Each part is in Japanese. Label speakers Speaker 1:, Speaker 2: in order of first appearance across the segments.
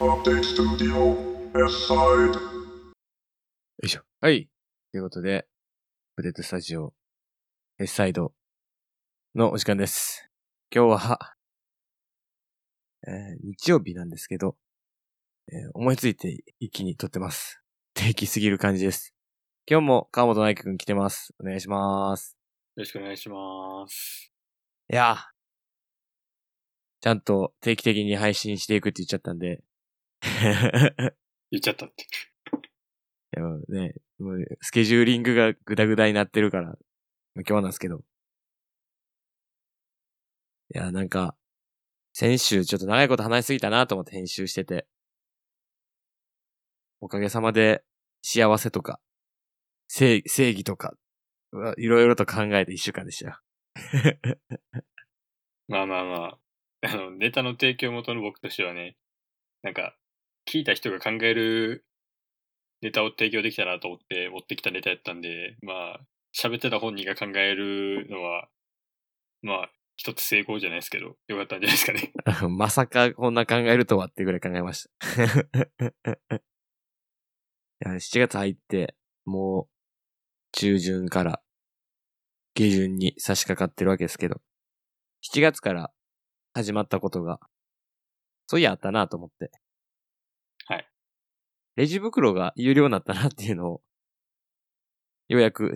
Speaker 1: Update Studio S side.
Speaker 2: よいしょ。はい。ということで、ブレッドスタジオ、S サイドのお時間です。今日は、えー日曜日なんですけど、えー思いついて一気に撮ってます。 定期すぎる感じです。今日も川本大輝くん来てます。お願いします。
Speaker 3: よろしくお願いします。
Speaker 2: いやーちゃんと定期的に配信していくって言っちゃったんで、
Speaker 3: 言っちゃったって。
Speaker 2: いやもうね、もうスケジューリングがグダグダになってるから、まあ今日なんですけど。いや、なんか、先週ちょっと長いこと話しすぎたなと思って編集してて。おかげさまで幸せとか、正正義とか、うわいろいろと考えて一週間でしたよ。
Speaker 3: まあまあ まあ、あの、ネタの提供元の僕としてはね、なんか、聞いた人が考えるネタを提供できたなと思って持ってきたネタやったんで、まあ、喋ってた本人が考えるのは、まあ、一つ成功じゃないですけど、よかったんじゃないですかね。
Speaker 2: まさかこんな考えるとはってぐらい考えました。い や7月入って、もう、中旬から、下旬に差し掛かってるわけですけど、7月から始まったことが、そういやあったなと思って。
Speaker 3: はい。
Speaker 2: レジ袋が有料になったなっていうのを、ようやく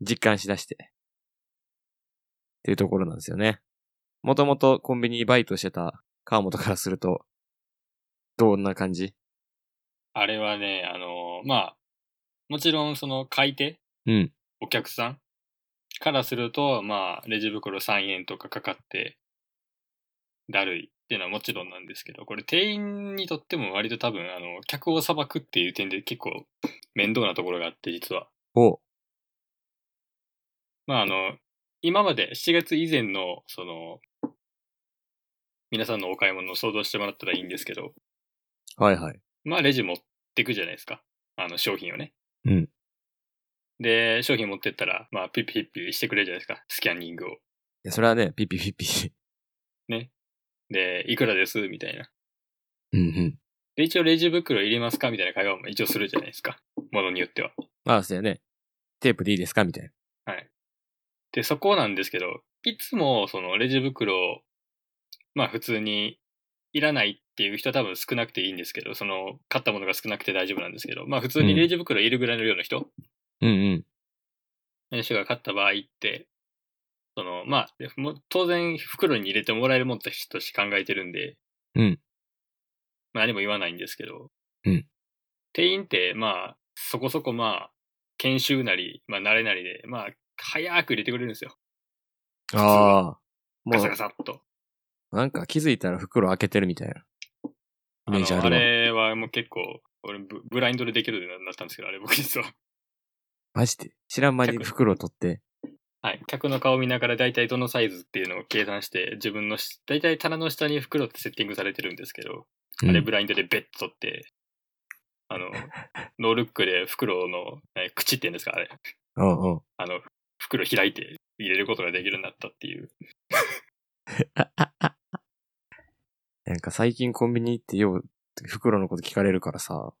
Speaker 2: 実感しだして、っていうところなんですよね。もともとコンビニバイトしてた川本からすると、どんな感じ
Speaker 3: あれはね、あの、まあ、もちろんその買い手
Speaker 2: うん。
Speaker 3: お客さんからすると、まあ、レジ袋3円とかかかって、だるいっていうのはもちろんなんですけど、これ店員にとっても割と多分、あの、客を裁くっていう点で結構面倒なところがあって、実は。
Speaker 2: お
Speaker 3: まあ、あの、今まで7月以前の、その、皆さんのお買い物を想像してもらったらいいんですけど、
Speaker 2: はいはい。
Speaker 3: まあ、レジ持ってくじゃないですか。あの、商品をね。
Speaker 2: うん。
Speaker 3: で、商品持ってったら、まあ、ピッピピッピしてくれるじゃないですか。スキャニングを。
Speaker 2: いや、それはね、ピッピピッピ。
Speaker 3: で、いくらですみたいな。
Speaker 2: うんうん。
Speaker 3: で、一応レジ袋いりますかみたいな会話も一応するじゃないですか。ものによっては。
Speaker 2: まあ、そうやね。テープでいいですかみたいな。
Speaker 3: で、そこなんですけど、いつもそのレジ袋を、まあ普通にいらないっていう人は多分少なくていいんですけど、その買ったものが少なくて大丈夫なんですけど、まあ普通にレジ袋いるぐらいの量の人、
Speaker 2: うんうん。
Speaker 3: 選手が勝った場合って、その、まあ、もう当然袋に入れてもらえるもんとして考えてるんで、
Speaker 2: うん。
Speaker 3: 何も言わないんですけど、
Speaker 2: うん。
Speaker 3: 店員って、まあ、そこそこまあ、研修なり、まあ、慣れなりで、まあ、早く入れてくれるんですよ。
Speaker 2: ああ。
Speaker 3: ガ
Speaker 2: も
Speaker 3: サガサっと。
Speaker 2: う、なんか気づいたら袋開けてるみたいな。イメージあ
Speaker 3: の
Speaker 2: るわ。
Speaker 3: れはもう結構、俺ブ、ブラインドでできるようになったんですけど、あれ僕実は。
Speaker 2: マジで。知らん間に袋を取って。
Speaker 3: はい。客の顔見ながら大体どのサイズっていうのを計算して、自分のし、大体棚の下に袋ってセッティングされてるんですけど、
Speaker 2: うん
Speaker 3: あれブラインドでベッと取って、あの、ノールックで袋の、えー口って言うんですか、あれ。
Speaker 2: うんうん。
Speaker 3: あの、袋開いて入れることができるようになったっていう。
Speaker 2: なんか最近コンビニ行ってよう、袋のこと聞かれるからさ、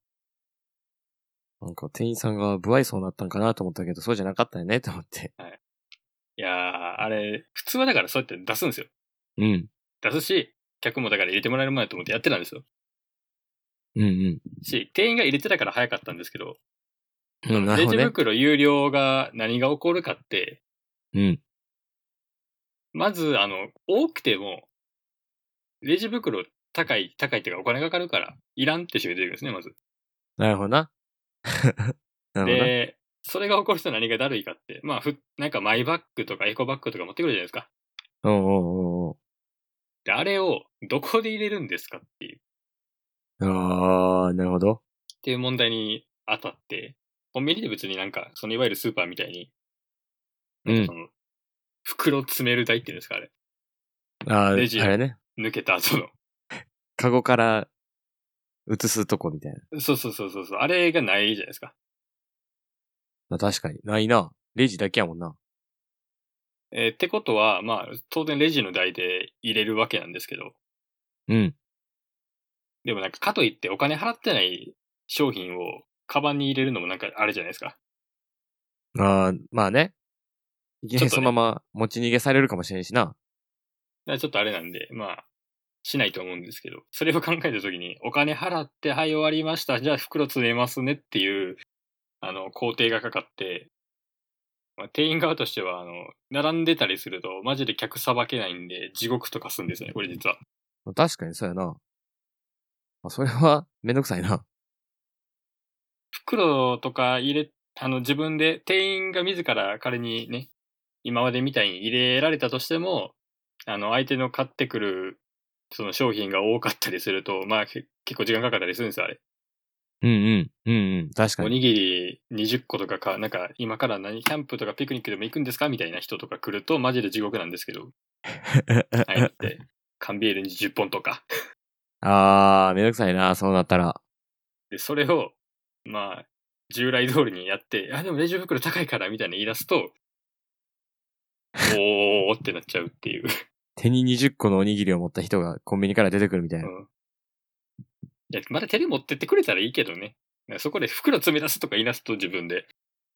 Speaker 2: なんか店員さんが不愛想になったんかなと思ったけど、そうじゃなかったよねと思って。
Speaker 3: いやー、あれ、普通はだからそうやって出すんですよ。
Speaker 2: うん。
Speaker 3: 出すし、客もだから入れてもらえるもんやと思ってやってたんですよ。
Speaker 2: うんうん。
Speaker 3: し、店員が入れてたから早かったんですけど、
Speaker 2: うん、なる
Speaker 3: レ
Speaker 2: ほ
Speaker 3: ジ
Speaker 2: どね。
Speaker 3: 袋有料が何が起こるかって、
Speaker 2: うん。
Speaker 3: まず、あの、多くても、レジ袋高い、高いっていうかお金がかかるから、いらんって人が出てくるんですね、まず。
Speaker 2: なるほど な。なるほどな。
Speaker 3: で、それが起こると何がだるいかって、まあ、ふ、なんかマイバッグとかエコバッグとか持ってくるじゃないですか。
Speaker 2: おうおうおう
Speaker 3: で、あれをどこで入れるんですかっていう、っ
Speaker 2: おうああ、なるほど。
Speaker 3: ていう問題に当たって、コンビニで別になんか、そのいわゆるスーパーみたいに、
Speaker 2: う
Speaker 3: なん
Speaker 2: ん
Speaker 3: かそ。の、袋詰める台っていうんですか、あれ。
Speaker 2: ああ、あ
Speaker 3: レジ
Speaker 2: れね。
Speaker 3: 抜けた後の。
Speaker 2: カゴから移すとこみたいな。
Speaker 3: そうそうそうそうそう、あれがないじゃないですか。
Speaker 2: まあ確かに。ないな。レジだけやもんな。
Speaker 3: えーってことは、まあ、当然レジの台で入れるわけなんですけど、
Speaker 2: うん。
Speaker 3: でもなんか、かといってお金払ってない商品をカバンに入れるのもなんかあれじゃないですか。
Speaker 2: ああ、まあね。いきなり
Speaker 3: ちょ
Speaker 2: そ
Speaker 3: っとね
Speaker 2: のまま持ち逃げされるかもしれんしな。
Speaker 3: だからちょっとあれなんで、まあ、しないと思うんですけど、それを考えたときに、お金払って、はい、終わりました、じゃあ袋詰めますねっていう、あの、工程がかかって、まあ、店員側としては、あの、並んでたりすると、マジで客さばけないんで、地獄とかすんですよね、これ実は。
Speaker 2: まあ確かにそうやな。まあ、それは、 めんどくさいな。
Speaker 3: 袋とか入れ、あの、自分で、店員が自ら彼にね、今までみたいに入れられたとしても、あの、相手の買ってくる、その商品が多かったりすると、まあ、け結構時間かかったりするんですよ、あれ。
Speaker 2: うんうん。うんうん。確か
Speaker 3: お
Speaker 2: に。
Speaker 3: にぎり20個とかか、なんか今から何、キャンプとかピクニックでも行くんですかみたいな人とか来ると、マジで地獄なんですけど、ああやって、缶ビールに10本とか。
Speaker 2: ああ、めんどくさいな、そうなったら。
Speaker 3: で、それを、まあ、従来通りにやって、あ、でもレジ袋高いから、みたいな言い出すと、おーってなっちゃうっていう。
Speaker 2: 手に20個のおにぎりを持った人がコンビニから出てくるみたいな。
Speaker 3: うんいや、まだ手で持ってってくれたらいいけどね。そこで袋詰め出すとか言い出すと自分で、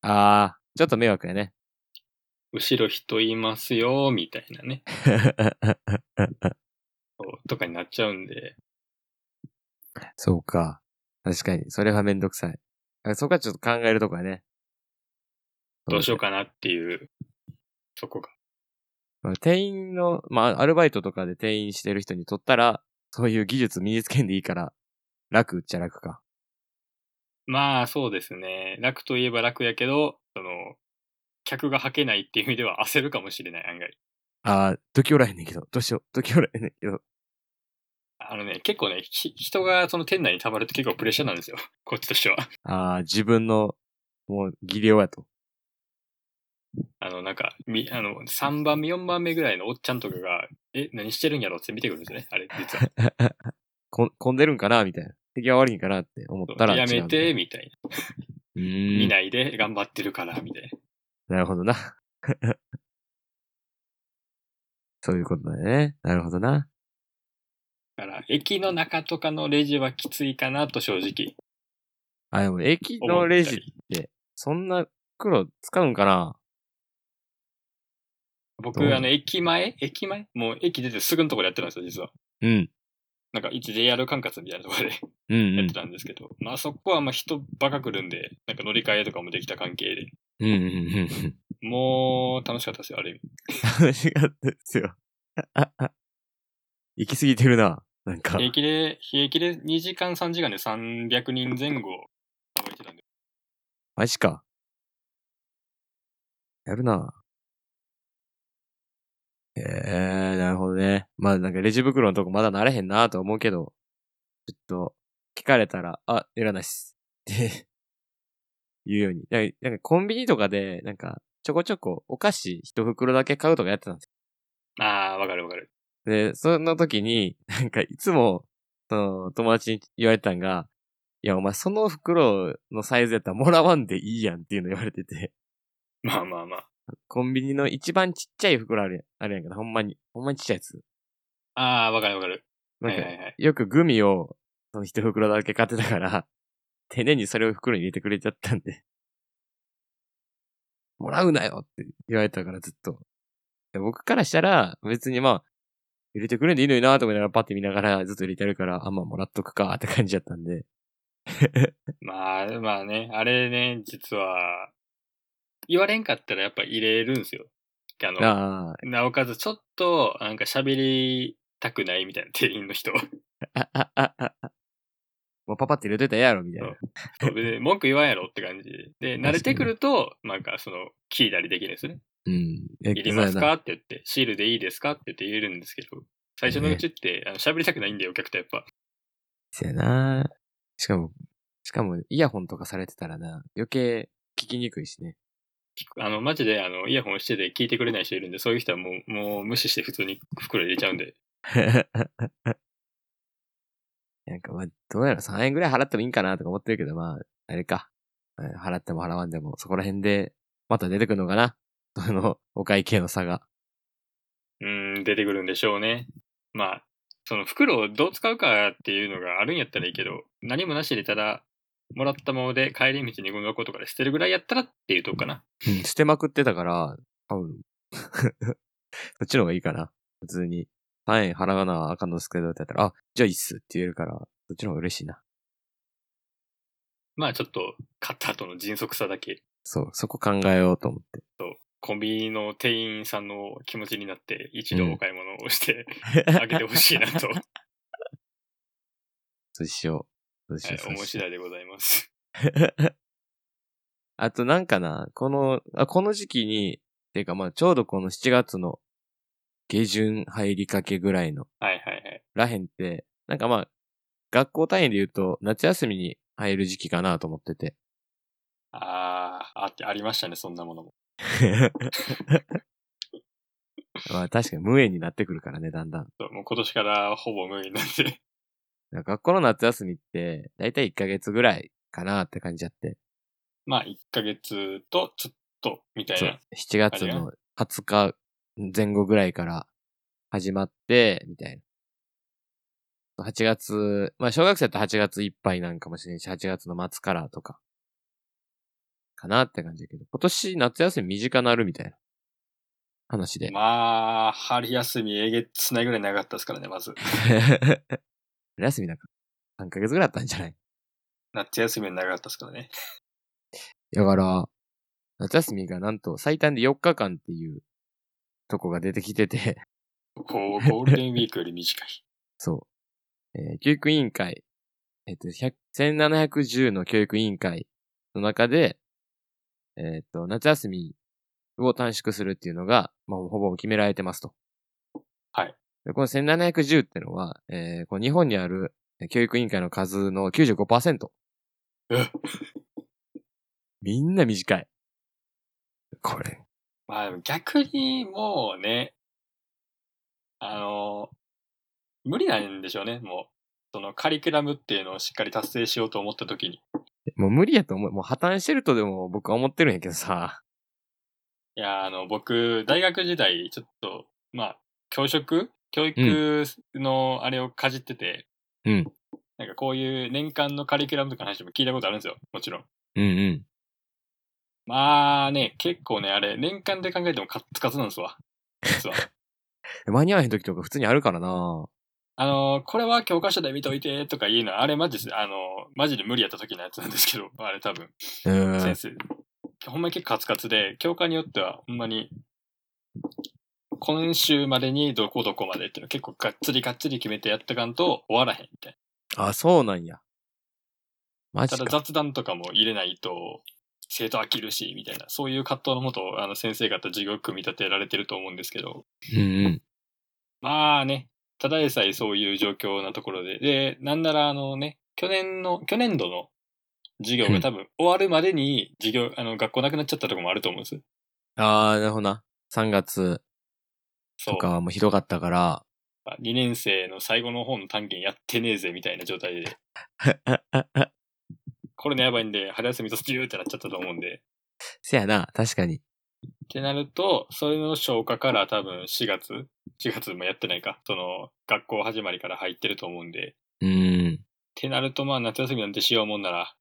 Speaker 2: ああ、ちょっと迷惑や ね。
Speaker 3: 後ろ人いますよ、みたいなね。そうとかになっちゃうんで、
Speaker 2: そうか。確かに。それはめんどくさい。あそこはちょっと考えるとこやね。
Speaker 3: どうしようかなっていう、そこが。
Speaker 2: まあ。店員の、まあ、アルバイトとかで店員してる人にとったら、そういう技術身につけんでいいから、楽っちゃ楽か。
Speaker 3: まあ、そうですね。楽といえば楽やけど、その、客が吐けないっていう意味では焦るかもしれない、案外。
Speaker 2: ああ、時おらへんねんけど、どうしよう、時おらへんねんけど。
Speaker 3: あのね、結構ね、ひ人がその店内に溜まると結構プレッシャーなんですよ。こっちとしては。
Speaker 2: ああ、自分の、もう、技量や と。
Speaker 3: あの、なんか、み、あの、3番目、4番目ぐらいのおっちゃんとかが、え、何してるんやろって見てくるんですね。あれ、実は。
Speaker 2: こ、混んでるんかなみたいな。敵が悪いんかなって思ったら違う
Speaker 3: や
Speaker 2: みたいな。
Speaker 3: めて、みたいな。
Speaker 2: う
Speaker 3: 見
Speaker 2: ーん。
Speaker 3: ないで、頑張ってるから、みたいな。
Speaker 2: なるほどな。 そういうことだね。なるほどな。
Speaker 3: だから、駅の中とかのレジはきついかなと正直
Speaker 2: あ、でも駅
Speaker 3: 思った
Speaker 2: の
Speaker 3: り。
Speaker 2: レジ、そんな黒使うんかな
Speaker 3: 僕
Speaker 2: どう、
Speaker 3: あの、駅前駅前もう駅出てすぐのところでやってたんですよ、実は。
Speaker 2: うん。
Speaker 3: なんか、一 JR 管轄みたいなところで
Speaker 2: うん
Speaker 3: やっ
Speaker 2: うん
Speaker 3: て。たんですけど、まあそこはまあ人ばか来るんで、なんか乗り換えとかもできた関係で、
Speaker 2: うんうんうんうん。
Speaker 3: もう楽しかったですよ、ある意味。
Speaker 2: 楽しかったですよ。 行き過ぎてるな。なんか。
Speaker 3: 平気で、平気で2時間3時間で300人前後動いてたんで、
Speaker 2: マジか。やるな。ええー、なるほどね。まあなんかレジ袋のとこまだ慣れへんなとは思うけど、ちょっと、聞かれたら、あ、いらないっす。って、 言うように。なんかなんかコンビニとかで、なんか、ちょこちょこお菓子一袋だけ買うとかやってたんです
Speaker 3: ああ、わかるわかる。
Speaker 2: よ。で、その時に、 なんかいつも、その、友達に言われたんが、いや、お前その袋のサイズやったらもらわんでいいやんっていうの言われてて。
Speaker 3: まあまあまあ。
Speaker 2: コンビニの一番ちっちゃい袋あるやん、あるやんけど、ほんまに、ほんまにちっちゃいやつ。
Speaker 3: ああ、わかるわかる。
Speaker 2: な
Speaker 3: は
Speaker 2: ん
Speaker 3: い
Speaker 2: か、
Speaker 3: はいはい。
Speaker 2: よくグミを、その一袋だけ買ってたから、 丁寧にそれを袋に入れてくれちゃったんで、 もらうなよって言われたからずっと。で僕からしたら、別にまあ、入れてくれんでいいのになと思いながらパッて見ながらずっと入れてあるから、あ、まあもらっとくかって感じだったんで。
Speaker 3: まあまあね、あれね、実は、言われんかったらやっぱ入れるんですよ。あの、
Speaker 2: あ
Speaker 3: なおかつちょっと、なんか喋りたくないみたいな店員の人。
Speaker 2: あ、あ、あ、あ、あ、あ。もうパパって入れといたらええやろ、みたいな。
Speaker 3: そうで文句言わんやろって感じで。で、慣れてくると、なんかその、聞いたりできるんですね。
Speaker 2: うん。え
Speaker 3: いりますかって言って、シールでいいですかって言って言えるんですけど、最初のうちって、あの喋りたくないんだよ、お客とやっぱ。
Speaker 2: そうやなしかも、しかも、イヤホンとかされてたらな、余計聞きにくいしね。
Speaker 3: 聞くあの、マジで、あの、イヤホンしてて聞いてくれない人いるんで、そういう人はもう、もう無視して普通に袋入れちゃうんで。
Speaker 2: なんかまあ、どうやら3円ぐらい払ってもいいんかなとか思ってるけど、まあ、あれか。まあ払っても払わんでも、そこら辺で、また出てくるのかな その、お会計の差が。
Speaker 3: うーん、出てくるんでしょうね。まあ、その袋をどう使うかっていうのがあるんやったらいいけど、何もなしでただ、もらったままで帰り道にゴミ箱とかで捨てるぐらいやったらっていうとこかな。
Speaker 2: うん捨てまくってたから、多分。 そっちの方がいいかな。普通に。3円払わなあかんのですけどってやったら、あ、じゃあいいっすって言えるから、そっちの方が嬉しいな。
Speaker 3: まあちょっと、買った後の迅速さだけ、
Speaker 2: そう、そこ考えようと思っ
Speaker 3: コンビニの店員さんの気持ちになって、一度お買い物をしてあ、げてほしい なと、は
Speaker 2: そうしよう。そうしよ。
Speaker 3: いう思
Speaker 2: そう
Speaker 3: い
Speaker 2: し
Speaker 3: 次
Speaker 2: よう
Speaker 3: 第でございます。
Speaker 2: あとなんかな、この、あこの時期に、ていうかまあちょうどこの7月の下旬入りかけぐらいの
Speaker 3: はいはいはい。
Speaker 2: らへんって、なんかまあ、学校単位で言うと夏休みに入る時期かなと思ってて。
Speaker 3: ああ、あってありましたね、そんなものも。
Speaker 2: まあ確かに無縁になってくるからね、だんだん。
Speaker 3: そうもう今年からほぼ無理なんで。
Speaker 2: 学校の夏休みって、だいたい1ヶ月ぐらいかなって感じちゃって。
Speaker 3: まあ、1ヶ月とちょっと、みたい
Speaker 2: そう
Speaker 3: な。。
Speaker 2: 7月の20日前後ぐらいから始まって、みたいな。8月、まあ小学生って8月いっぱいなんかもしれんし、8月の末からとか、かなって感じだけど、今年夏休み短なるみたいな話で。
Speaker 3: まあ、春休みえげつないぐらい長かったですからね、まず。
Speaker 2: 春休みなんか3ヶ月ぐらいあったんじゃない
Speaker 3: 夏休みは長かったですからね。
Speaker 2: だから、夏休みがなんと最短で4日間っていうとこが出てきてて、
Speaker 3: こう、ゴールデンウィークより短い。
Speaker 2: そう。えー教育委員会、えっ、と、100 1710の教育委員会の中で、えっ、と、夏休みを短縮するっていうのが、まあ、ほぼ決められてますと。
Speaker 3: はい。
Speaker 2: でこの1710ってのは、えーこう日本にある教育委員会の数の95%。
Speaker 3: うん
Speaker 2: みんな短い。これ。
Speaker 3: まあでも逆にもうね、あの、無理なんでしょうね、もう。そのカリキュラムっていうのをしっかり達成しようと思った時に。
Speaker 2: もう無理やと思う。もう破綻してるとでも僕は思ってるんやけどさ。
Speaker 3: いや、あの、僕、大学時代、ちょっと、まあ、教職教育のあれをかじってて、
Speaker 2: うん。
Speaker 3: なんかこういう年間のカリキュラムとかの話も聞いたことあるんですよ、もちろん。
Speaker 2: うんうん。
Speaker 3: まあね、結構ね、あれ、年間で考えてもカッツカツなんですわ。実は。
Speaker 2: 間に合わへん時とか普通にあるからな
Speaker 3: あのー、これは教科書で見といてとか言うのは、あれマジで、あのー、マジで無理やった時のやつなんですけど、あれ多分、
Speaker 2: う
Speaker 3: 先
Speaker 2: ん。
Speaker 3: 生、ほんまに結構カツカツで、教科によってはほんまに、今週までにどこどこまでっていうの結構がっつりがっつり決めてやったかんと終わらへんみたい
Speaker 2: あ、そうなんや。マ
Speaker 3: な。
Speaker 2: ジ
Speaker 3: た
Speaker 2: か。
Speaker 3: だ雑談とかも入れないと、生徒飽きるし、みたいな、そういう葛藤のもと、あの、先生方授業組み立てられてると思うんですけど、
Speaker 2: うんうん。
Speaker 3: まあね、ただでさえそういう状況なところで、で、なんならあのね、去年の、去年度の授業が多分終わるまでに授業、あの、学校なくなっちゃったところもあると思うんです。
Speaker 2: あー、なるほどな。3月
Speaker 3: そ
Speaker 2: と
Speaker 3: う。
Speaker 2: かはもうひどかったから。
Speaker 3: 2年生の最後の方の単元やってねえぜみたいな状態で、コロナやばいんで、春休み卒業ってなっちゃったと思うんで。
Speaker 2: せやな、確かに。
Speaker 3: ってなると、それの消化から多分4月、4月もやってないか、その、学校始まりから入ってると思うんで。っ
Speaker 2: うん。
Speaker 3: てなると、まあ夏休みなんてしようもんなら、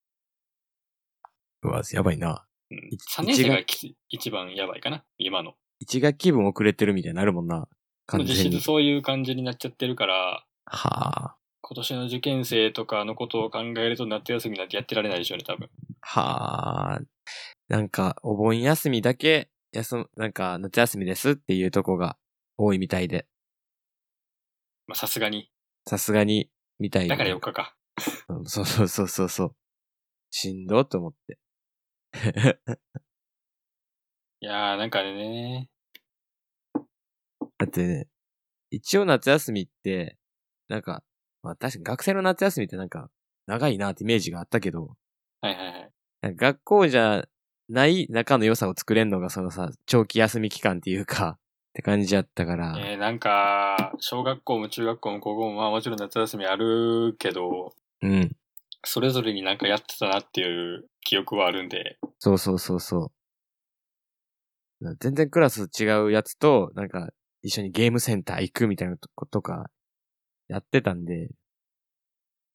Speaker 2: うわ、やばいな。
Speaker 3: うん
Speaker 2: い
Speaker 3: 3年生が
Speaker 2: 一
Speaker 3: きつ一番やばいかな、今の。
Speaker 2: 一学期分遅れてるみたいになるもんな。完
Speaker 3: 実
Speaker 2: 全
Speaker 3: 質
Speaker 2: に。
Speaker 3: そういう感じになっちゃってるから、
Speaker 2: はあ。
Speaker 3: 今年の受験生とかのことを考えると夏休みなんてやってられないでしょうね、多分。
Speaker 2: はあ。なんか、お盆休みだけ、休む、なんか、夏休みですっていうとこが多いみたいで。
Speaker 3: まあさすがに。
Speaker 2: さすがに、みたい
Speaker 3: だ
Speaker 2: な。
Speaker 3: から4日か。
Speaker 2: うんそうそうそうそうそう。しんどっと思って。
Speaker 3: いやーなんかね、
Speaker 2: だってね、一応夏休みって、なんか、まあ確かに学生の夏休みってなんか、長いなってイメージがあったけど、
Speaker 3: はいはいはい。
Speaker 2: なんか学校じゃない仲の良さを作れんのがそのさ、長期休み期間っていうか、って感じやったから。
Speaker 3: えー、なんか、小学校も中学校も高校も、まあもちろん夏休みあるけど、
Speaker 2: うん。
Speaker 3: それぞれになんかやってたなっていう記憶はあるんで、
Speaker 2: そうそうそうそう。全然クラス違うやつと、なんか、一緒にゲームセンター行くみたいなとことか、やってたんで、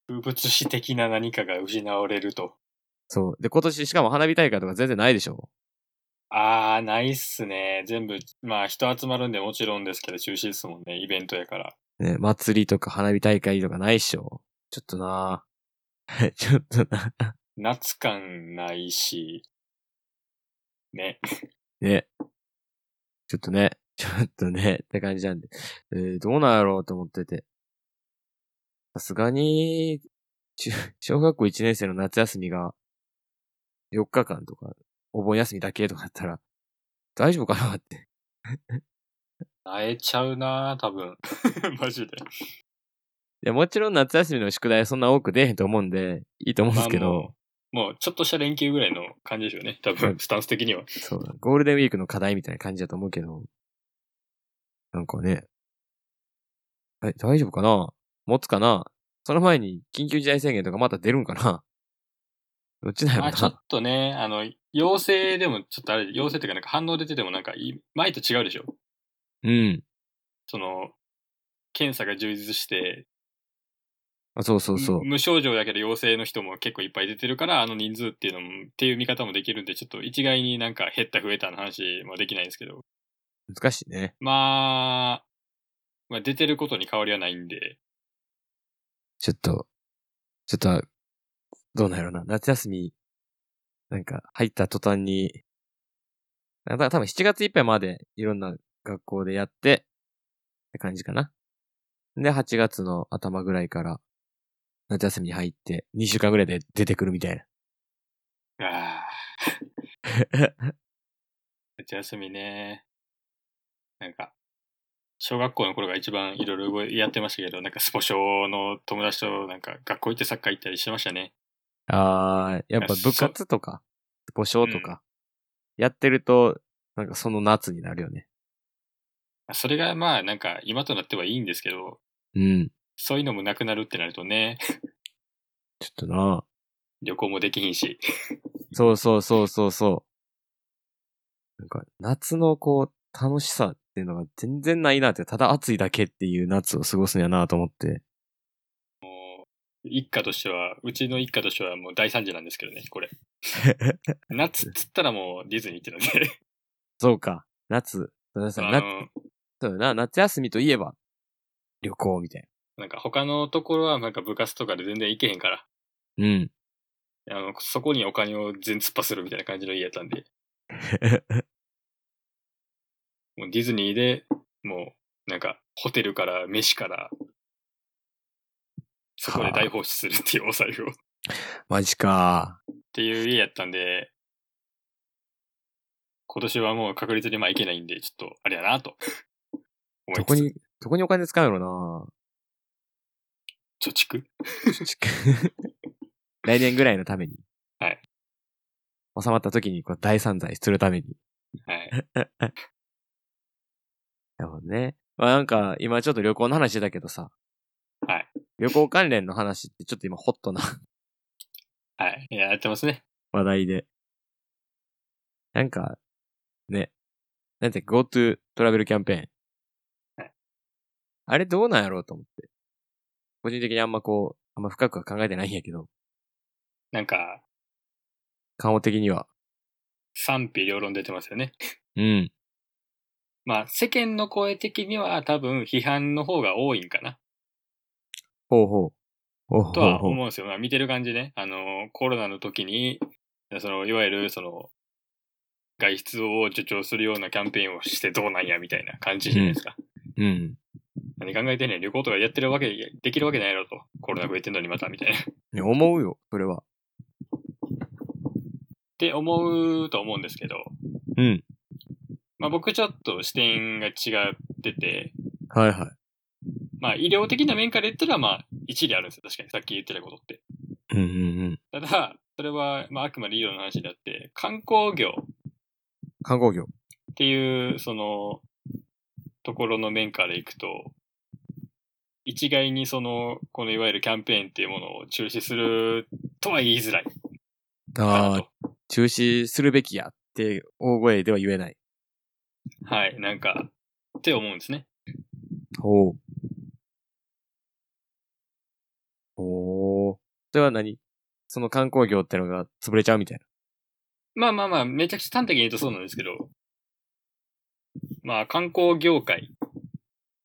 Speaker 3: 風物詩的な何かが失われると。
Speaker 2: そう。で、今年しかも花火大会とか全然ないでしょ
Speaker 3: あー、ないっすね。全部、まあ人集まるんでもちろんですけど中止ですもんね。イベントやから。
Speaker 2: ね、祭りとか花火大会とかないっしょちょっとな ぁちょっとな
Speaker 3: 夏感ないし、ね。
Speaker 2: ね。ちょっとね。ちょっとね。って感じなんで。えーどうなんやろうと思ってて。さすがに、中小学校1年生の夏休みが、4日間とか、お盆休みだけとかだったら、大丈夫かなって。
Speaker 3: 会えちゃうな多分。 マジで。
Speaker 2: いや、もちろん夏休みの宿題はそんな多く出えへんと思うんで、いいと思うんですけ
Speaker 3: まあ
Speaker 2: ど
Speaker 3: も、うもうちょっとした連休ぐらいの感じでしょうね。多分、スタンス的には。
Speaker 2: そう、ゴールデンウィークの課題みたいな感じだと思うけど、なんかね、え、大丈夫かな持つかなその前に緊急事態宣言とかまた出るんかなどっちだよ
Speaker 3: ま
Speaker 2: な
Speaker 3: あちょっとね、あの、陽性でも、ちょっとあれ、陽性っていうかなんか反応出ててもなんかい、前と違うでしょ
Speaker 2: うん。
Speaker 3: その、検査が充実して、
Speaker 2: あ、そうそうそう
Speaker 3: む。無症状だけど陽性の人も結構いっぱい出てるから、あの人数っていうのも、っていう見方もできるんで、ちょっと一概になんか減った増えたの話もできないんですけど、
Speaker 2: 難しいね。
Speaker 3: まあ、まあ出てることに変わりはないんで、
Speaker 2: ちょっと、ちょっと、どうなんやろな。夏休み、なんか入った途端に、あた多分7月いっぱいまでいろんな学校でやって、って感じかな。で、8月の頭ぐらいから、夏休みに入って、2週間ぐらいで出てくるみたいな。
Speaker 3: ああ。夏休みね。なんか、小学校の頃が一番いろいろやってましたけど、なんかスポ少の友達となんか学校行ってサッカー行ったりしてましたね。
Speaker 2: あー、やっぱ部活とか、募集とか、やってると、なんかその夏になるよね。
Speaker 3: まあそれがまあなんか今となってはいいんですけど、
Speaker 2: うん。
Speaker 3: そういうのもなくなるってなるとね、
Speaker 2: ちょっとな
Speaker 3: 旅行もできひんし。
Speaker 2: そうそうそうそうそう。なんか、夏のこう、楽しさっていうのが全然ないなって、ただ暑いだけっていう夏を過ごすんやなと思って。
Speaker 3: 一家としては、うちの一家としてはもう大惨事なんですけどね、これ。夏っつったらもうディズニーってなんで。
Speaker 2: そうか、夏。ごめんなさい、
Speaker 3: あ
Speaker 2: な、
Speaker 3: の
Speaker 2: そうだな、夏休みといえば、旅行みたい
Speaker 3: なんか他のところはなんか部活とかで全然行けへんから。
Speaker 2: な。うん。
Speaker 3: あの、そこにお金を全突破するみたいな感じの家やった んで、もうディズニーで、もう、なんか、ホテルから、飯から、そこで大放出するっていうお財布を。っ
Speaker 2: マジか。
Speaker 3: ていう家やったんで、今年はもう確率でまあいけないんで、ちょっと、あれやなと。思い
Speaker 2: ど
Speaker 3: つ
Speaker 2: こ
Speaker 3: つ
Speaker 2: に、どこにお金使うんや ろ
Speaker 3: 貯蓄
Speaker 2: な来年ぐらいのために。
Speaker 3: はい。
Speaker 2: 収まった時にこう大散財するために。
Speaker 3: はい。
Speaker 2: なるほどね。まあなんか、今ちょっと旅行の話だけどさ。
Speaker 3: はい。
Speaker 2: 旅行関連の話ってちょっと今ホットな
Speaker 3: はい。いや、やってますね。
Speaker 2: 話題で。なんか、ね。なんて GoTo トラベルキャンペーン。
Speaker 3: はい
Speaker 2: あれどうなんやろうと思って。個人的にあんまこう、あんま深くは考えてないんやけど、
Speaker 3: なんか、
Speaker 2: 感応的には。
Speaker 3: 賛否両論出てますよね。
Speaker 2: うん。
Speaker 3: まあ、世間の声的には多分批判の方が多いんかな。
Speaker 2: ほうほう。ほうほう
Speaker 3: とは
Speaker 2: ほう
Speaker 3: 思うんですよ。まあ、見てる感じね。あの、コロナの時に、その、いわゆる、その、外出を助長するようなキャンペーンをしてどうなんや、みたいな感じじゃないですか。
Speaker 2: うん。
Speaker 3: 何考えてんねん、旅行とかやってるわけ、できるわけないやろと。コロナ増えてんのにまた、みたいな。 っ
Speaker 2: いや思うよ、それは。
Speaker 3: て思うと思うんですけど、
Speaker 2: うん。
Speaker 3: まあ僕ちょっと視点が違ってて、
Speaker 2: はいは
Speaker 3: まあ医療的な面から言ったら、まあ一理あるんですよ。確かに、さっき言ってたことって。
Speaker 2: い。うんうんうん。
Speaker 3: ただ、それは、まああくまで医療の話であって、観光業
Speaker 2: 観光業。
Speaker 3: っていう、その、ところの面からいくと、一概にその、このいわゆるキャンペーンっていうものを中止するとは言いづらいか
Speaker 2: あ
Speaker 3: な
Speaker 2: あ、
Speaker 3: と。
Speaker 2: 中止するべきやって大声では言えない。
Speaker 3: はい、なんか、って思うんですね。
Speaker 2: ほう。それは何その観光業ってのが潰れちゃうみたいな。
Speaker 3: まあまあまあ、めちゃくちゃ端的に言うとそうなんですけど、まあ観光業界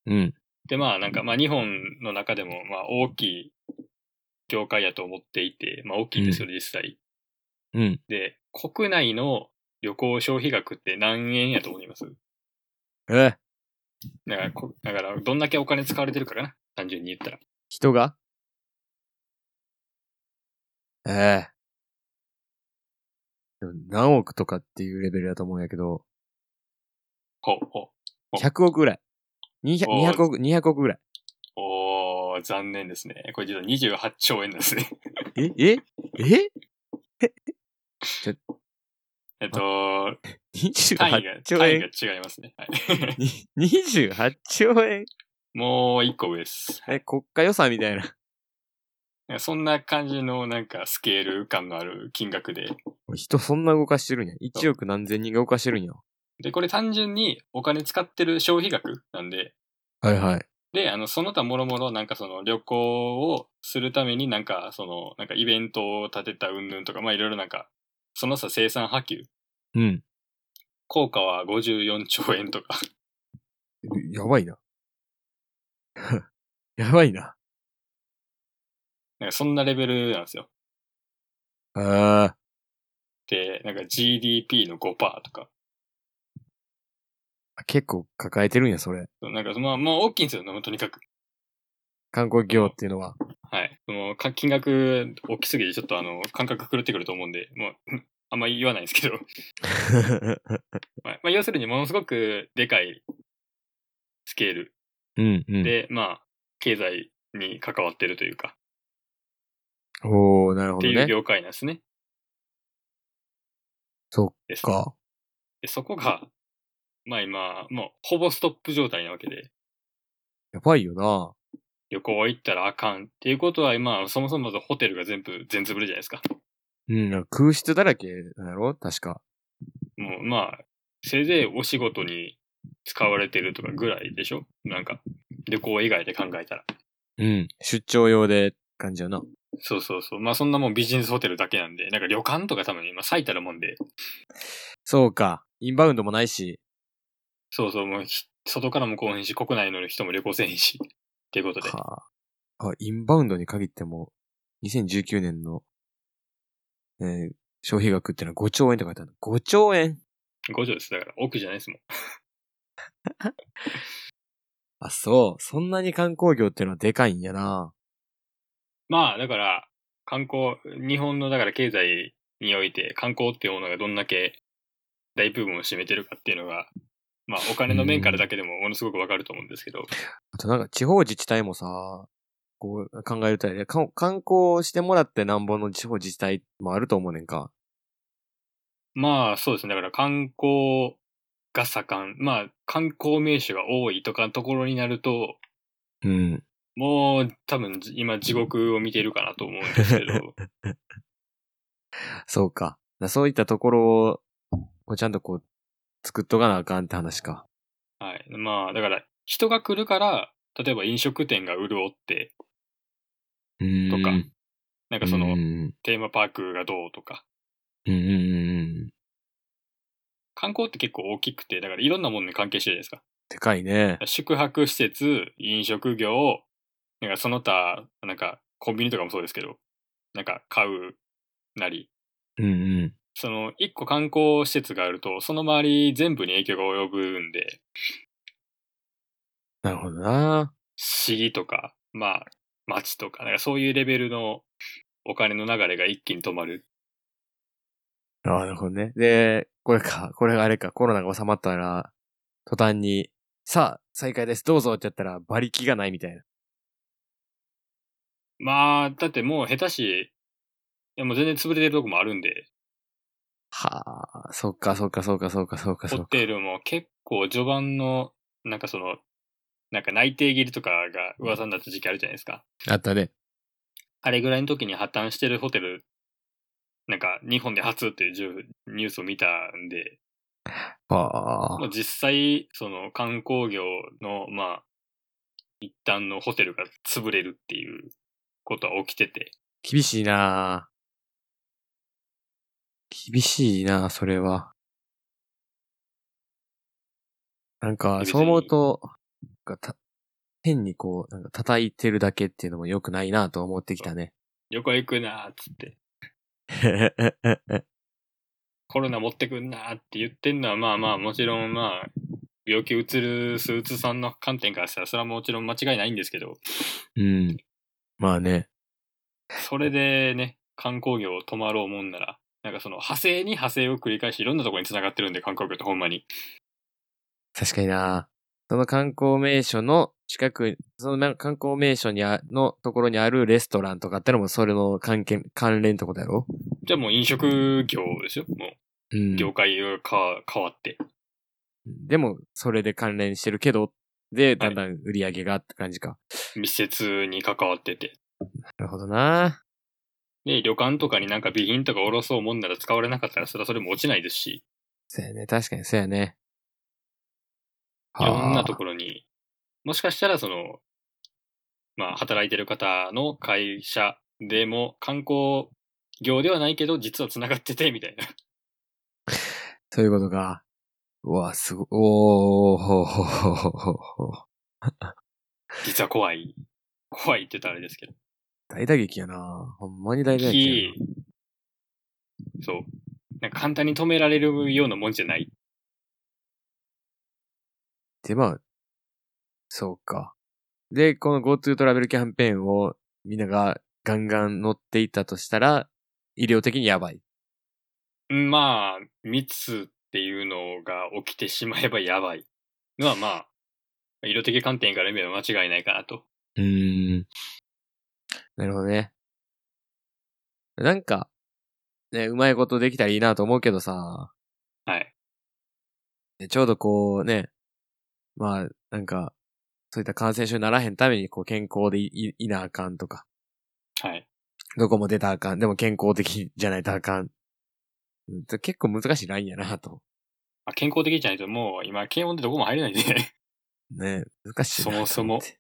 Speaker 2: うん。
Speaker 3: でまあなんかまあ日本の中でもまあ大きい業界やと思っていて、まあ大きいんですよ、実際。
Speaker 2: うん。
Speaker 3: で、国内の旅行消費額って何円やと思います
Speaker 2: え
Speaker 3: だからこ、だからどんだけお金使われてるかかな単純に言ったら。
Speaker 2: 人がええでも何億とかっていうレベルだと思うんやけど、
Speaker 3: ほうほう。お
Speaker 2: 100億ぐらい。200,
Speaker 3: おー
Speaker 2: 200億、200億ぐらい。
Speaker 3: おー、残念ですね。これ実は28兆円なんですね。
Speaker 2: えええ
Speaker 3: えっと、単位が、
Speaker 2: ?28 兆
Speaker 3: 単位が
Speaker 2: 円。
Speaker 3: 違いますね。はい、
Speaker 2: 28兆円。
Speaker 3: もう一個上です。
Speaker 2: え、国家予算みたいな。
Speaker 3: そんな感じのなんかスケール感のある金額で。
Speaker 2: 人そんな動かしてるんや。1億何千人が動かしてるんや。
Speaker 3: で、これ単純にお金使ってる消費額なんで、
Speaker 2: はいはい。
Speaker 3: で、あの、その他もろもろなんかその旅行をするためになんかその、なんかイベントを立てた云々とか、まあいろいろなんか、そのさ生産波及、
Speaker 2: うん。
Speaker 3: 効果は54兆円とか。
Speaker 2: やばいな。 やばいな。
Speaker 3: なんかそんなレベルなんですよ。
Speaker 2: ああ。
Speaker 3: で、なんか GDP の5%とか。
Speaker 2: 結構抱えてるんや、それ。
Speaker 3: なんかまあ、まあ大きいんですよ、もうとにかく。
Speaker 2: 観光業っていうのは。
Speaker 3: はい。もうか金額大きすぎてちょっとあの、感覚狂ってくると思うんで、もう、あんまり言わないんですけど。 まあ、まあ、要するにものすごくでかいスケール
Speaker 2: うん、うん。
Speaker 3: で、まあ、経済に関わってるというか、
Speaker 2: おー、なるほ
Speaker 3: って
Speaker 2: ど
Speaker 3: いう
Speaker 2: ね。
Speaker 3: 業界なんですね。
Speaker 2: そっ
Speaker 3: です。
Speaker 2: か。
Speaker 3: でそこが、まあ今、もうほぼストップ状態なわけで、
Speaker 2: やばいよな。
Speaker 3: 旅行行ったらあかんっていうことは今、そもそもまずホテルが全部全潰れじゃないですか。
Speaker 2: うん、空室だらけだろ確か。
Speaker 3: もうまあ、せいぜいお仕事に使われてるとかぐらいでしょなんか、旅行以外で考えたら。
Speaker 2: うん。出張用で感じやな。
Speaker 3: そうそうそう。まあそんなもんビジネスホテルだけなんで、なんか旅館とか多分今最たるもんで、
Speaker 2: そうか。インバウンドもないし。
Speaker 3: そうそう、もうひ外からも来おへんし、国内の人も旅行せえへんし、っていうことで。
Speaker 2: はあ。あ、インバウンドに限っても、2019年の、えー消費額ってのは5兆円って書いてある。5兆円
Speaker 3: 五条です。だから奥じゃないですもん。
Speaker 2: あ、そう。そんなに観光業ってのはでかいんやな。
Speaker 3: まあだから、観光、日本のだから経済において観光っていうものがどんだけ大部分を占めてるかっていうのが、まあお金の面からだけでもものすごくわかると思うんですけど、
Speaker 2: あとなんか地方自治体もさ、こう考えるとやで、か観光してもらってなんぼの地方自治体もあると思うねんか。
Speaker 3: まあそうですね。だから観光が盛ん、まあ観光名所が多いとかのところになると、
Speaker 2: うん。
Speaker 3: もう多分じ今地獄を見てるかなと思うんです けど、
Speaker 2: そうか。だそういったところを、こうちゃんとこう、作っとかなあかんって話か。
Speaker 3: はい。まあだから人が来るから、例えば飲食店が潤って、
Speaker 2: うん
Speaker 3: とかなんかその、
Speaker 2: うん。
Speaker 3: テーマパークがどうとか、
Speaker 2: うんうんうん。
Speaker 3: 観光って結構大きくて、だからいろんなものに関係してるじゃない
Speaker 2: でかいね。
Speaker 3: ですか。宿泊施設、飲食業、なんかその他、なんかコンビニとかもそうですけど、なんか買うなり、
Speaker 2: うんうん。
Speaker 3: その一個観光施設があると、その周り全部に影響が及ぶんで、
Speaker 2: なるほどな。
Speaker 3: 市とか、まあ、町とか、なんかそういうレベルのお金の流れが一気に止まる。
Speaker 2: ああ、なるほどね。で、これか、これがあれか、コロナが収まったら、途端に、さあ、再開です、どうぞってやったら、馬力がないみたいな。
Speaker 3: まあ、だってもう下手し、いやもう全然潰れてるとこもあるんで、
Speaker 2: はあ、そっか、そっか、そっか、そっか、そっか、そ
Speaker 3: ホ
Speaker 2: っか。
Speaker 3: テルも結構序盤の、なんかその、なんか内定切りとかが噂になった時期あるじゃないですか。
Speaker 2: あったね。
Speaker 3: あれぐらいの時に破綻してるホテル、なんか日本で初っていうじゅニュースを見たんで、
Speaker 2: は
Speaker 3: もう実際、その観光業の、まあ、一旦のホテルが潰れるっていうことは起きてて、
Speaker 2: 厳しいなぁ厳しいなぁそれは。なんか、
Speaker 3: 厳しい
Speaker 2: そう思うと、なんかた変にこう、なんか叩いてるだけっていうのも良くないなぁと思ってきたね。
Speaker 3: 旅行行くなーっつって、コロナ持ってくんなーって言ってんのは、まあまあ、もちろん、まあ、病気うつる、スーツさんの観点からしたら、それはもちろん間違いないんですけど、
Speaker 2: うん。まあね。
Speaker 3: それでね、観光業止まろうもんなら、なんかその派生に派生を繰り返し、いろんなところに繋がってるんで、観光業ってほんまに。
Speaker 2: 確かになその観光名所の近く、そのなんか観光名所にあ、のところにあるレストランとかってのもそれの関係、関連ってことやろ
Speaker 3: じゃあもう飲食業ですよ。も
Speaker 2: う。
Speaker 3: うん業界がか変わって。
Speaker 2: でも、それで関連してるけど、で、だんだん売り上げがって感じか。
Speaker 3: 密接に関わってて。
Speaker 2: なるほどな
Speaker 3: で、旅館とかになんか備品とかおろそうもんなら使われなかったら、それはそれも落ちないですし、
Speaker 2: そうやね。確かにそうやね。
Speaker 3: いろんなと
Speaker 2: ろ。
Speaker 3: ころに、もしかしたらその、まあ、働いてる方の会社でも観光業ではないけど、実は繋がってて、みたいな。
Speaker 2: そういうことか。うわ、すご、おー、ほうほうほうほうほうほう。
Speaker 3: 実は怖い。怖いって言ったらあれですけど。
Speaker 2: 大打撃やなほんまに大打撃や
Speaker 3: きそう。なんか簡単に止められるようなもんじゃない。
Speaker 2: な。で、まあ、そうか。で、この GoTo トラベルキャンペーンをみんながガンガン乗っていたとしたら、医療的にやばい。
Speaker 3: まあ、密っていうのが起きてしまえばやばいのはまあ、色的観点から見れば間違いないかなと。
Speaker 2: うーん。なるほどね。なんか、ね、うまいことできたらいいなと思うけどさ、
Speaker 3: はい。
Speaker 2: ねちょうどこうね、まあ、なんか、そういった感染症にならへんために、こう、健康でいいいなあかんとか、
Speaker 3: はい。
Speaker 2: どこも出たらあかん、でも健康的じゃないとあかん。うんと結構難しいラインやなと。
Speaker 3: まあ、健康的じゃないともう今、検温でどこも入れないんで。
Speaker 2: ね、難しいなと思って
Speaker 3: そもそ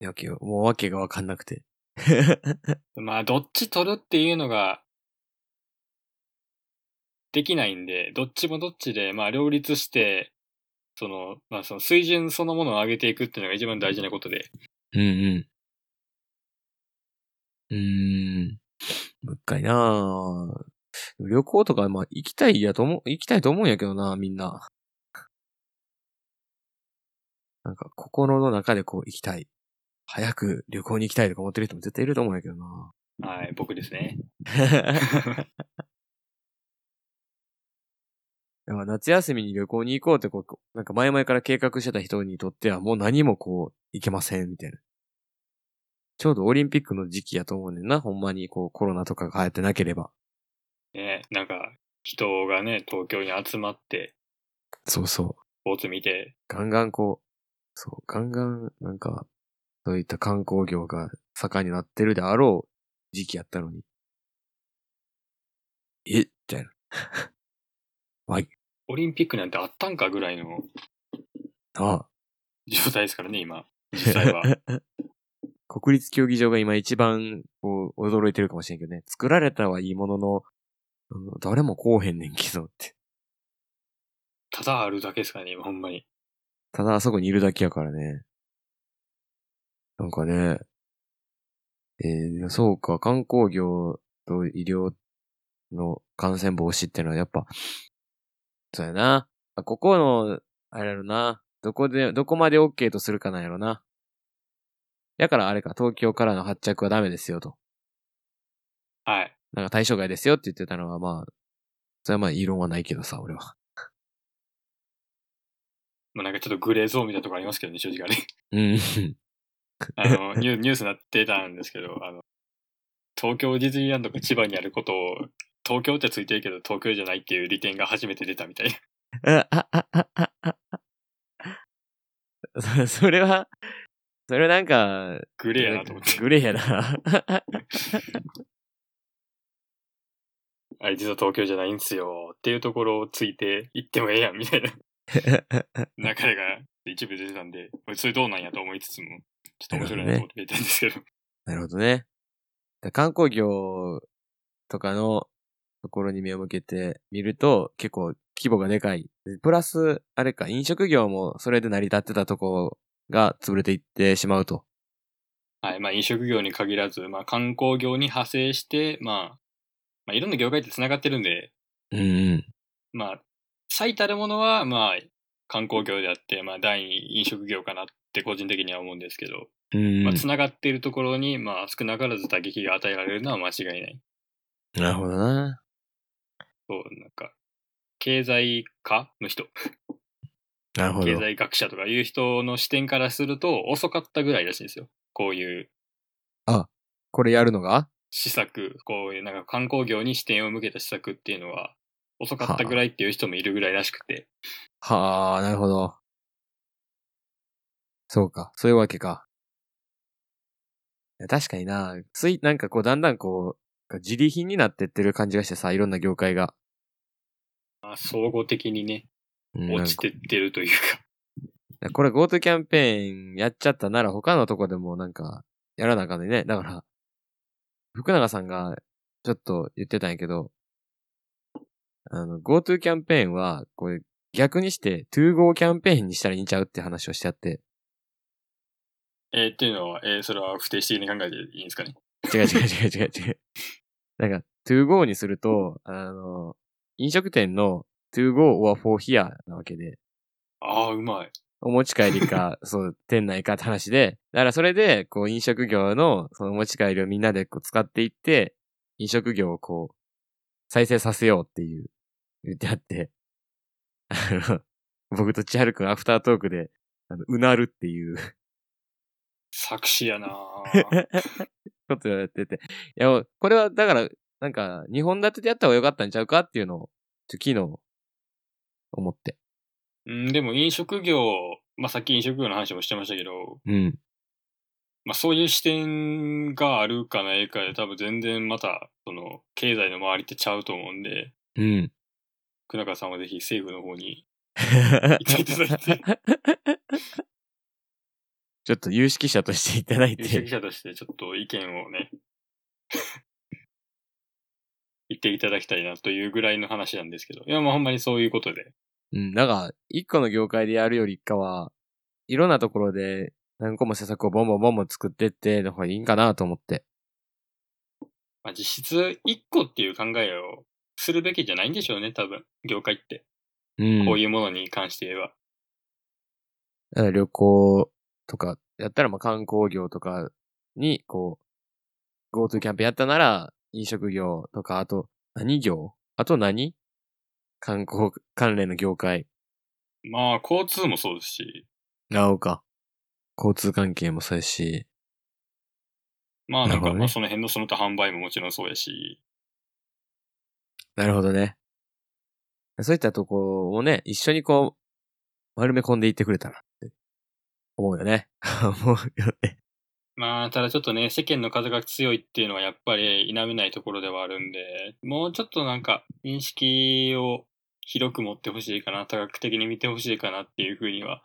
Speaker 3: も。
Speaker 2: わけよ、もうわけがわかんなくて。
Speaker 3: まあ、どっち取るっていうのが、できないんで、どっちもどっちで、まあ、両立して、その、まあ、その水準そのものを上げていくっていうのが一番大事なことで、
Speaker 2: うんうん。うーん。もう一回なぁ。旅行とか、まあ、行きたいやと思う、行きたいと思うんやけどなみんな。なんか、心の中でこう、行きたい。早く旅行に行きたいとか思ってる人も絶対いると思うんやけどな
Speaker 3: はい、僕ですね。
Speaker 2: だから夏休みに旅行に行こうってこう、なんか前々から計画してた人にとってはもう何もこう、行けません、みたいな。ちょうどオリンピックの時期やと思うねんな、ほんまにこうコロナとかが流行ってなければ。
Speaker 3: ね、なんか、人がね、東京に集まって、
Speaker 2: そうそう。
Speaker 3: スポーツ見て、
Speaker 2: ガンガンこう、そう、ガンガンなんか、そういった観光業が盛んになってるであろう時期やったのに。えみたいな。
Speaker 3: オリンピックなんてあったんかぐらいの
Speaker 2: ああ。
Speaker 3: 状態ですからね、今。実際は。
Speaker 2: 国立競技場が今一番、こう、驚いてるかもしれんけどね。作られたはいいものの、うん誰もこうへんねんけどって。
Speaker 3: ただあるだけですからね、今、ほんまに。
Speaker 2: ただあそこにいるだけやからね。なんかね、えー、そうか、観光業と医療の感染防止ってのはやっぱ、そうやな。あここの、あれやろな。どこで、どこまで OK とするかなんやろな。やからあれか、東京からの発着はダメですよと。
Speaker 3: はい。
Speaker 2: なんか対象外ですよって言ってたのは、まあ、それはまあ異論はないけどさ、俺は。
Speaker 3: まあ、なんかちょっとグレーゾーンみたいなとこありますけどね、正直はね。
Speaker 2: うん。
Speaker 3: あの、ニューニュースになってたんですけど、あの、東京ディズニーランドが千葉にあることを、東京ってついてるけど東京じゃないっていう利点が初めて出たみたい。
Speaker 2: ああああああそそれは、それはなんか、
Speaker 3: グレーやなと思って。
Speaker 2: グレーやな。
Speaker 3: あれ実は東京じゃないんですよっていうところをついて行ってもええやんみたいな流れが一部出てたんで、それどうなんやと思いつつも、ちょっと面白いなと思って見てたんですけど。
Speaker 2: なるほどね。だ観光業とかのところに目を向けてみると、結構規模がでかい。でプラス、あれか、飲食業もそれで成り立ってたとこが潰れていってしまうと。
Speaker 3: はい。まあ、飲食業に限らず、まあ、観光業に派生して、まあ、まあ、いろんな業界って繋がってるんで、
Speaker 2: うんうん。
Speaker 3: まあ、最たるものは、まあ、観光業であって、まあ、第二飲食業かなって個人的には思うんですけど、
Speaker 2: うん
Speaker 3: まあ、繋がっているところに、まあ、少なからず打撃が与えられるのは間違いない。
Speaker 2: なるほどな。
Speaker 3: そう、なんか、経済家の人、
Speaker 2: なるほ
Speaker 3: 経
Speaker 2: ど。
Speaker 3: 済学者とかいう人の視点からすると遅かったぐらいらしいんですよ。こういう
Speaker 2: これやるのが
Speaker 3: 施策、こういうなんか観光業に視点を向けた施策っていうのは遅かったぐらいっていう人もいるぐらいらしくて、
Speaker 2: はあ、なるほど。そうか、そういうわけか。いや確かにな、つい、なんかこう、だんだんこう、自利品になってってる感じがしてさ、いろんな業界が。
Speaker 3: まあ、総合的にね、
Speaker 2: うん
Speaker 3: 落ちてってるというか、
Speaker 2: なんかこれ GoTo キャンペーンやっちゃったなら他のとこでもなんか、やらなあかんのにね。だから、福永さんがちょっと言ってたんやけど、あの、GoTo キャンペーンは、これ逆にして ToGo キャンペーンにしたらいいんちゃうって話をしてあって。
Speaker 3: えーっていうのは、えーそれは不定期的に考えていいんですかね。
Speaker 2: 違う違う違う違う違う。 なんか、ToGo にすると、あの、飲食店の ToGo or for here なわけで、
Speaker 3: ああ、うまい。
Speaker 2: お持ち帰り か、そう、店内かって話で、だからそれで、こう、飲食業の、そのお持ち帰りをみんなでこう使っていって、飲食業をこう、再生させようっていう、言ってあって、あの、僕と千春くんアフタートークで、あの、うなるっていう
Speaker 3: 作詞やな ぁ
Speaker 2: ことをやってて、いや、これは、だから、なんか、日本立てでやった方が良かったんちゃうかっていうのを、ちょ昨日、思って。
Speaker 3: うん、でも飲食業、まあ、さっき飲食業の話もしてましたけど、
Speaker 2: うん。
Speaker 3: まあ、そういう視点があるかないかで多分全然また、その、経済の周りってちゃうと思うんで、
Speaker 2: うん。
Speaker 3: 久中さんはぜひ政府の方に行っていただいて、
Speaker 2: ちょっと有識者としていただい
Speaker 3: 有識
Speaker 2: て。
Speaker 3: 者としてちょっと意見をね、 言っていただきたいなというぐらいの話なんですけど、いや、まあほんまにそういうことで、
Speaker 2: うん、なんか、一個の業界でやるよりかは、いろんなところで何個も施策をボンボンボンボン作ってっての方がいいんかなと思って。
Speaker 3: まあ、実質一個っていう考えをするべきじゃないんでしょうね、多分、業界って。
Speaker 2: うん。
Speaker 3: こういうものに関して言えば。
Speaker 2: だから旅行とか、やったらまあ観光業とかに、こう、GoTo キャンペーンやったなら、飲食業とか、あと、何業あと何観光関連の業界。
Speaker 3: まあ、交通もそうですし、
Speaker 2: なおか。交通関係もそうやし。
Speaker 3: まあなん
Speaker 2: なるほ
Speaker 3: か、
Speaker 2: どね
Speaker 3: まあその辺のその他販売ももちろんそうやし、
Speaker 2: なるほどね。そういったとこをね、一緒にこう、丸め込んでいってくれたらって思うよね。 思うよね。
Speaker 3: まあ、ただちょっとね、世間の風が強いっていうのはやっぱり否めないところではあるんで、もうちょっとなんか認識を広く持ってほしいかな、多角的に見てほしいかなっていうふうには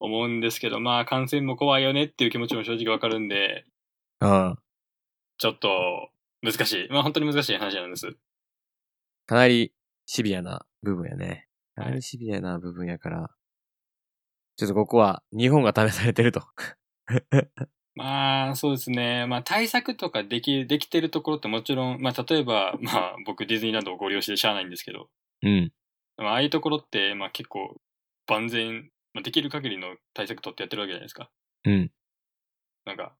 Speaker 3: 思うんですけど、まあ感染も怖いよねっていう気持ちも正直わかるんで、
Speaker 2: うん。
Speaker 3: ちょっと難しい。まあ本当に難しい話なんです。
Speaker 2: かなりシビアな部分やね。か
Speaker 3: はい
Speaker 2: なりシビアな部分やから。ちょっとここは日本が試されてると。
Speaker 3: まあ、そうですね。まあ、対策とかでき、できてるところってもちろん、まあ、例えば、まあ、僕、ディズニーランドをご利用してしゃあないんですけど、
Speaker 2: うん。
Speaker 3: まあ、ああいうところって、まあ、結構、万全、まあ、できる限りの対策取ってやってるわけじゃないですか。
Speaker 2: うん。
Speaker 3: なんか、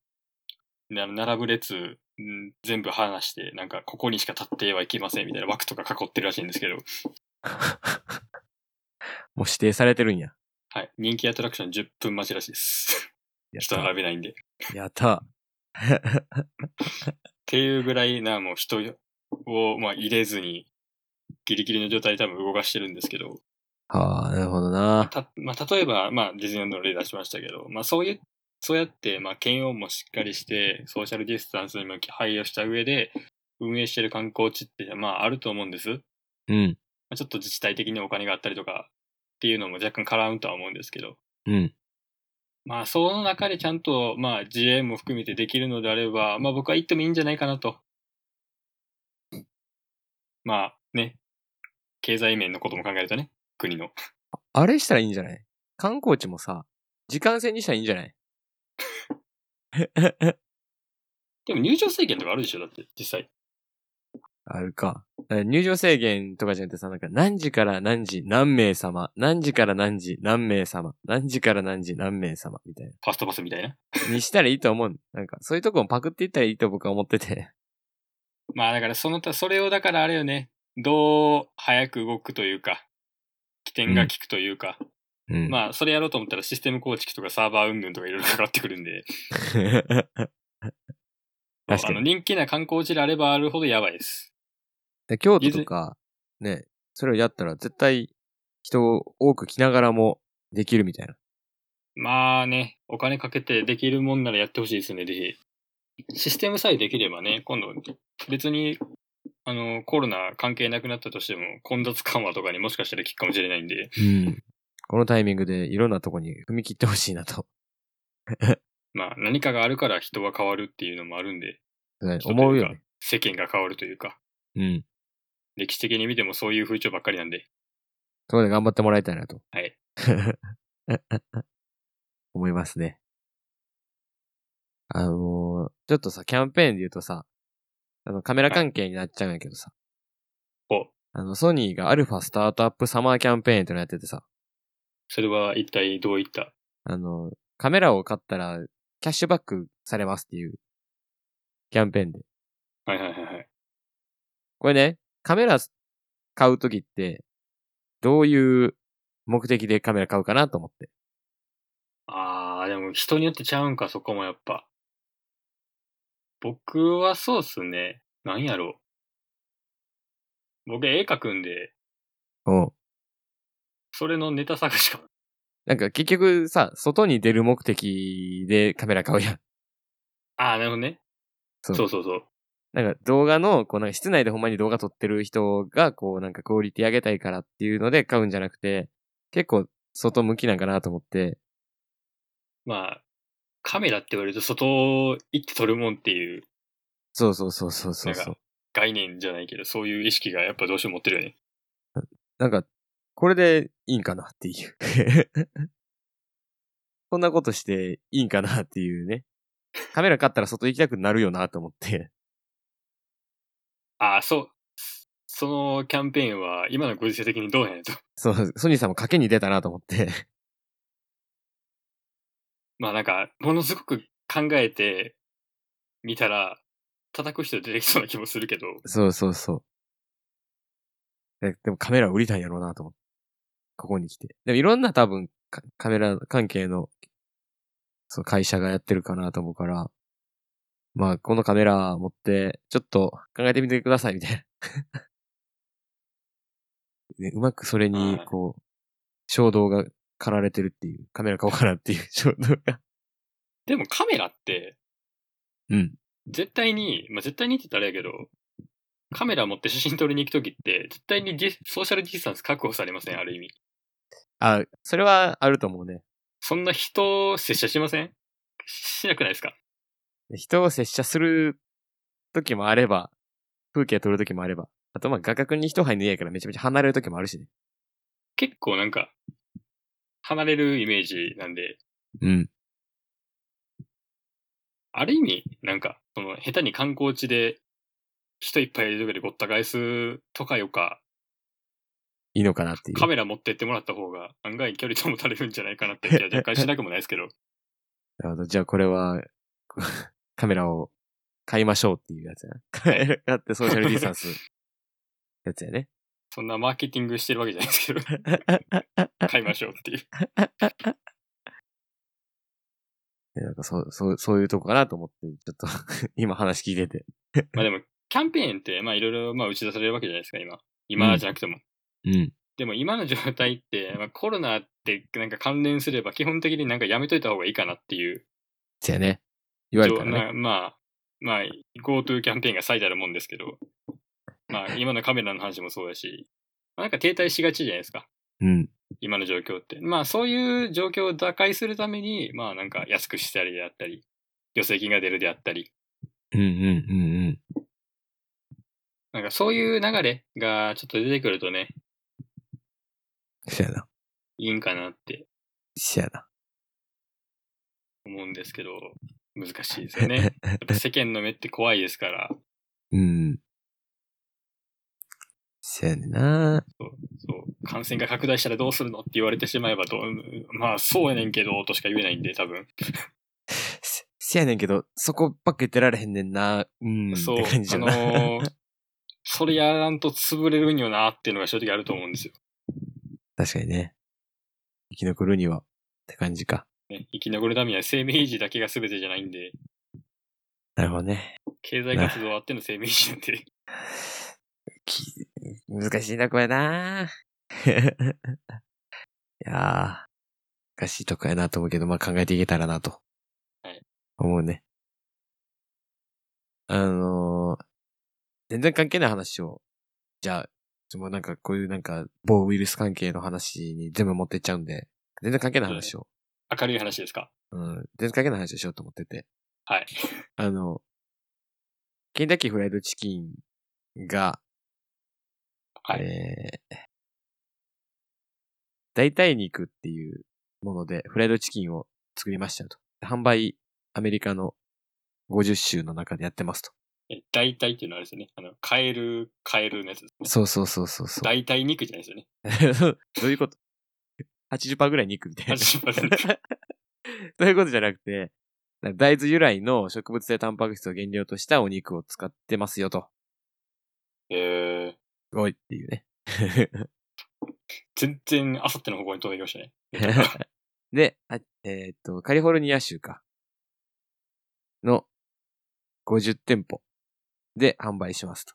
Speaker 3: な並ぶ列、ん全部離して、なんか、ここにしか立ってはいけませんみたいな枠とか囲ってるらしいんですけど、
Speaker 2: もう指定されてるんや。
Speaker 3: はい。人気アトラクション10分待ちらしいです。
Speaker 2: や
Speaker 3: 人並べないんで。っ
Speaker 2: った。やった。
Speaker 3: ていうぐらいな、もう人を、まあ、入れずに、ギリギリの状態で多分動かしてるんですけど、
Speaker 2: はあ、なるほどな。
Speaker 3: た、まあ、例えば、まあ、ディズニーランドの例出しましたけど、まあ、そういう、そうやって、まあ、検温もしっかりして、ソーシャルディスタンスにも配慮した上で、運営してる観光地って、まあ、あると思うんです。ま
Speaker 2: うん。
Speaker 3: あ、ちょっと自治体的にお金があったりとか、っていうのも若干絡むとは思うんですけど、
Speaker 2: うん。
Speaker 3: まあ、その中でちゃんと、まあ、自衛も含めてできるのであれば、まあ、僕は行ってもいいんじゃないかなと。まあ、ね。経済面のことも考えるとね、国の。
Speaker 2: あれしたらいいんじゃない観光地もさ、時間制にしたらいいんじゃない
Speaker 3: でも入場制限とかあるでしょだって、実際。
Speaker 2: あるか。だから入場制限とかじゃなくてさ、なんか何時から何時何名様、何時から何時何名様、何時から何時何名様みたい
Speaker 3: ファストパスみたいな。
Speaker 2: な。にしたらいいと思う。 なんか、そういうとこもパクっていったらいいと僕は思ってて。
Speaker 3: まあ、だから、その他、それを、だからあれよね、どう早く動くというか、起点が効くというか、
Speaker 2: うん。
Speaker 3: まあ、それやろうと思ったらシステム構築とかサーバー云々とかいろいろかかってくるんで、
Speaker 2: 確か
Speaker 3: あの
Speaker 2: に。
Speaker 3: 人気な観光地であればあるほどやばいです。
Speaker 2: で京都とか、ね、それをやったら絶対人多く来ながらもできるみたいな。
Speaker 3: まあね、お金かけてできるもんならやってほしいですね、ぜひ。システムさえできればね、今度、別に、あの、コロナ関係なくなったとしても、混雑緩和とかにもしかしたら効くかもしれないんで、
Speaker 2: うん。このタイミングでいろんなとこに踏み切ってほしいなと、
Speaker 3: まあ何かがあるから人が変わるっていうのもあるんで、
Speaker 2: ね
Speaker 3: 人と
Speaker 2: 思う
Speaker 3: い
Speaker 2: よ
Speaker 3: か
Speaker 2: ね。
Speaker 3: 世間が変わるというか、
Speaker 2: うん。
Speaker 3: 歴史的に見てもそういう風潮ばっかりなんで、
Speaker 2: そこで頑張ってもらいたいなと。
Speaker 3: はい。
Speaker 2: 思いますね。あのーちょっとさ、キャンペーンで言うとさ、あの、カメラ関係になっちゃうんやけどさ。
Speaker 3: お
Speaker 2: あの、ソニーがアルファスタートアップサマーキャンペーンってのやっててさ、
Speaker 3: それは一体どういった
Speaker 2: あの、カメラを買ったらキャッシュバックされますっていうキャンペーンで。
Speaker 3: はいはいはいはい。
Speaker 2: これね、カメラ買うときって、どういう目的でカメラ買うかなと思って。
Speaker 3: あー、でも人によってちゃうんか、そこもやっぱ。僕はそうっすね。なんやろう。僕絵描くんで、
Speaker 2: うん。
Speaker 3: それのネタ探しか。
Speaker 2: なんか結局さ、外に出る目的でカメラ買うやん。
Speaker 3: あー、なるほどね。
Speaker 2: そう
Speaker 3: そうそうそう。
Speaker 2: なんか動画の、こうなんか室内でほんまに動画撮ってる人が、こうなんかクオリティ上げたいからっていうので買うんじゃなくて、結構外向きなんかなと思って、
Speaker 3: まあ、カメラって言われると外行って撮るもんっていう
Speaker 2: そうそうそうそうそう
Speaker 3: なん
Speaker 2: そう
Speaker 3: か。概念じゃないけど、そういう意識がやっぱどうしても持ってるよね。
Speaker 2: なんか、これでいいんかなっていう。 こんなことしていいんかなっていうね。カメラ買ったら外行きたくなるよなと思って。
Speaker 3: あー、そう。そのキャンペーンは今のご時世的にどうなんやと。
Speaker 2: そう、ソニーさんも賭けに出たなと思って。
Speaker 3: まあなんか、ものすごく考えてみたら、叩く人出てきそうな気もするけど、
Speaker 2: そうそうそう。えでもカメラ売りたいんやろうなと思って。ここに来て。でもいろんな多分カカメラ関係のそう会社がやってるかなと思うから、まあこのカメラ持ってちょっと考えてみてくださいみたい な。ね、うまくそれに
Speaker 3: はい
Speaker 2: こう、衝動が駆られてるっていう、カメラ買おうかなっていう衝動が。
Speaker 3: でもカメラって、
Speaker 2: うん。
Speaker 3: 絶対に、まあ絶対にって言ったらあれやけど、カメラ持って写真撮りに行くときって、絶対にディスソーシャルディスタンス確保されません、ある意味。
Speaker 2: あ、それはあると思うね。
Speaker 3: そんな人、接写しませんしなくないですか
Speaker 2: 人を接写する時もあれば、風景撮る時もあれば、あとまあ画角に一杯の家やからめちゃめちゃ離れる時もあるしね。
Speaker 3: 結構なんか、離れるイメージなんで、
Speaker 2: うん。
Speaker 3: ある意味、なんか、その、下手に観光地で、人いっぱいいるとかでごった返すとかよか、
Speaker 2: いいのかなっていう。
Speaker 3: カメラ持ってってもらった方が案外距離保たれるんじゃないかなって気は若干しなくもないですけど。
Speaker 2: なるほど。じゃあこれは、 カメラを買いましょうっていうやつやな。 買え買ってソーシャルディスタ ンス。やつやね。
Speaker 3: そんなマーケティングしてるわけじゃない ですけど、買いましょうっていう。
Speaker 2: でなんかそう、そう、そういうとこかなと思って、ちょっと 今話聞いてて。
Speaker 3: まあでも、キャンペーンって、まあいろいろまあ打ち出されるわけじゃないですか、今。今じゃなくても。
Speaker 2: うん。
Speaker 3: でも今の状態って、まあコロナってなんか関連すれば基本的になんかやめといた方がいいかなっていう。
Speaker 2: そやね。言われたらね。
Speaker 3: なまあ、まあ、GoTo キャンペーンが最たるもんですけど、まあ今のカメラの話もそうだし、まあなんか停滞しがちじゃないですか。
Speaker 2: うん。
Speaker 3: 今の状況って。まあそういう状況を打開するために、まあなんか安くしたりであったり、助成金が出るであったり、
Speaker 2: うんうんうんうん。
Speaker 3: なんかそういう流れがちょっと出てくるとね、
Speaker 2: そやな。
Speaker 3: いいんかなって
Speaker 2: そやな。
Speaker 3: 思うんですけど、難しいですよね。や っぱ世間の目って怖いですから、
Speaker 2: うん。そやねんな。
Speaker 3: そう、感染が拡大したらどうするのって言われてしまえばどう、まあそうやねんけど、としか言えないんで、多分。
Speaker 2: せせやねんけど、そこばっか言ってられへんねんな。うん。
Speaker 3: そう、
Speaker 2: って感じ
Speaker 3: あ
Speaker 2: よ
Speaker 3: の
Speaker 2: な。
Speaker 3: ーそれやらんと潰れるんよなっていうのが正直あると思うんですよ。
Speaker 2: 確かにね。生き残るには、って感じか。
Speaker 3: ね、生き残るためには生命維持だけが全てじゃないんで、
Speaker 2: なるほどね。
Speaker 3: 経済活動あっての 生命維持なんで、
Speaker 2: き難しいな、これな。 いやー、難しいとこやなと思うけど、まあ考えていけたらなと。
Speaker 3: はい
Speaker 2: 思うね。あのー、全然関係ない話を、じゃあ、でもなんかこういうなんか、某ウイルス関係の話に全部持ってっちゃうんで、全然関係ない話を、
Speaker 3: 明るい話ですか
Speaker 2: うん、全然関係ない話をしようと思ってて。
Speaker 3: はい。
Speaker 2: あの、ケンタッキーフライドチキンが、
Speaker 3: はい
Speaker 2: えー、代替肉っていうもので、フライドチキンを作りましたと。販売、アメリカの50州の中でやってますと。
Speaker 3: え代替っていうのはあれですよね。あの、カエル、カエルのやつですね。
Speaker 2: そうそうそうそうそう。
Speaker 3: 代替肉じゃないですよ ね。
Speaker 2: どういうこと ?80% ぐらい肉みたいな。
Speaker 3: 80%
Speaker 2: そういうことじゃなくて、大豆由来の植物性タンパク質を原料としたお肉を使ってますよと。
Speaker 3: えー、
Speaker 2: すごいっていうね。
Speaker 3: 全然、あさっての方向に飛んできましたね。
Speaker 2: で、あえーっと、カリフォルニア州か。の50店舗で販売しますと。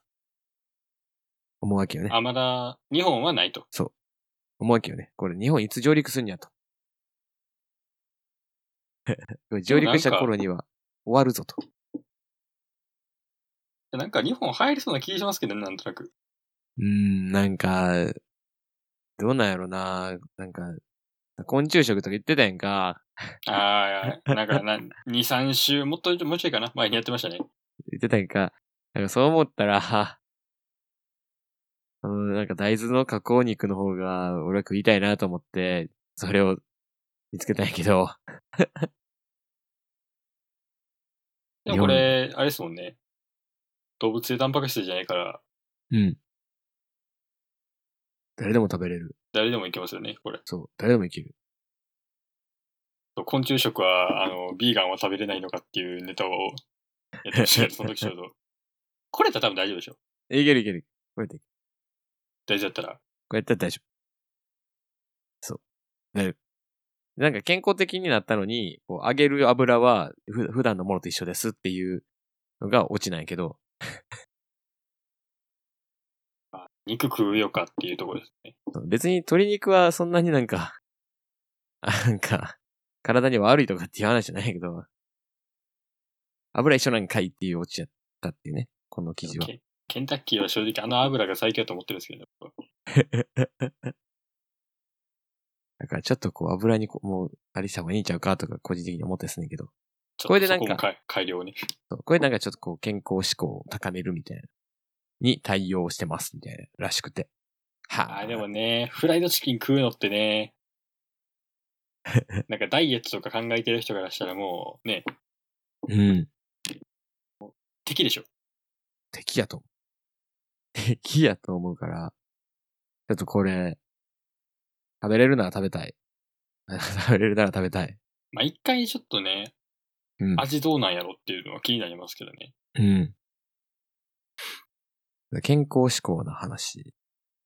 Speaker 2: 思うわけよね。
Speaker 3: あ、まだ、日本はないと。
Speaker 2: 思うわけよね。これ日本いつ上陸すんや と。これ上陸した頃には終わるぞと。
Speaker 3: なんか日本入りそうな気がしますけどね、なんとなく。
Speaker 2: うーん、なんか、どうなんやろな。なんか、昆虫食とか言ってたやんか。
Speaker 3: ああ、なんかな、2、3週、もっと、もうちょいかな前にやってましたね。
Speaker 2: 言ってたんか、なんかそう思ったら、 あの、なんか大豆の加工肉の方が俺は食いたいなと思って、それを見つけたんやけど、
Speaker 3: でもこれ、あれですもんね。動物性タンパク質じゃないから、
Speaker 2: うん。誰でも食べれる。
Speaker 3: 誰でもいけますよね、これ。
Speaker 2: そう、誰でもいける。
Speaker 3: そう昆虫食は、あの、ビーガンは食べれないのかっていうネタをやって ましたけど、その時ちょうど。これだったら多分大丈夫でしょ
Speaker 2: いけるいける。こうやって、こ
Speaker 3: 大丈夫だったら。
Speaker 2: うやったら大丈夫。そう。なる。なんか健康的になったのに、こう揚げる油はふ普段のものと一緒ですっていうのがオチなんやけど、
Speaker 3: 肉食うよかっていうところですね。
Speaker 2: 別に鶏肉はそんなになんか、あなんか、体に悪いとかっていう話じゃないけど、油一緒なんかいっていうオチやったっていうね、この記事は。
Speaker 3: ケンケンタッキーは正直あの油が最強だと思ってるんですけど、
Speaker 2: だからちょっとこう油にこうもう、ありした方がいいんちゃうかとか個人的に思ってですねんけど。
Speaker 3: ちょっと
Speaker 2: これでなんか
Speaker 3: そこも改改良ね。
Speaker 2: そうこれなんかちょっとこう健康志向を高めるみたいな。に対応してますみたいな、らしくて。は
Speaker 3: あ
Speaker 2: ぁ。
Speaker 3: ーでもね、フライドチキン食うのっ てね、なんかダイエットとか考えてる人からしたらもうね、
Speaker 2: うん。
Speaker 3: 敵でしょ。
Speaker 2: 敵やと思う。敵やと思うから、ちょっとこれ、食べれるなら食べたい。 食べれるなら食べたい。
Speaker 3: まあ、一回ちょっとね、
Speaker 2: うん。
Speaker 3: 味どうなんやろっていうのは気になりますけどね。
Speaker 2: うん。健康志向な話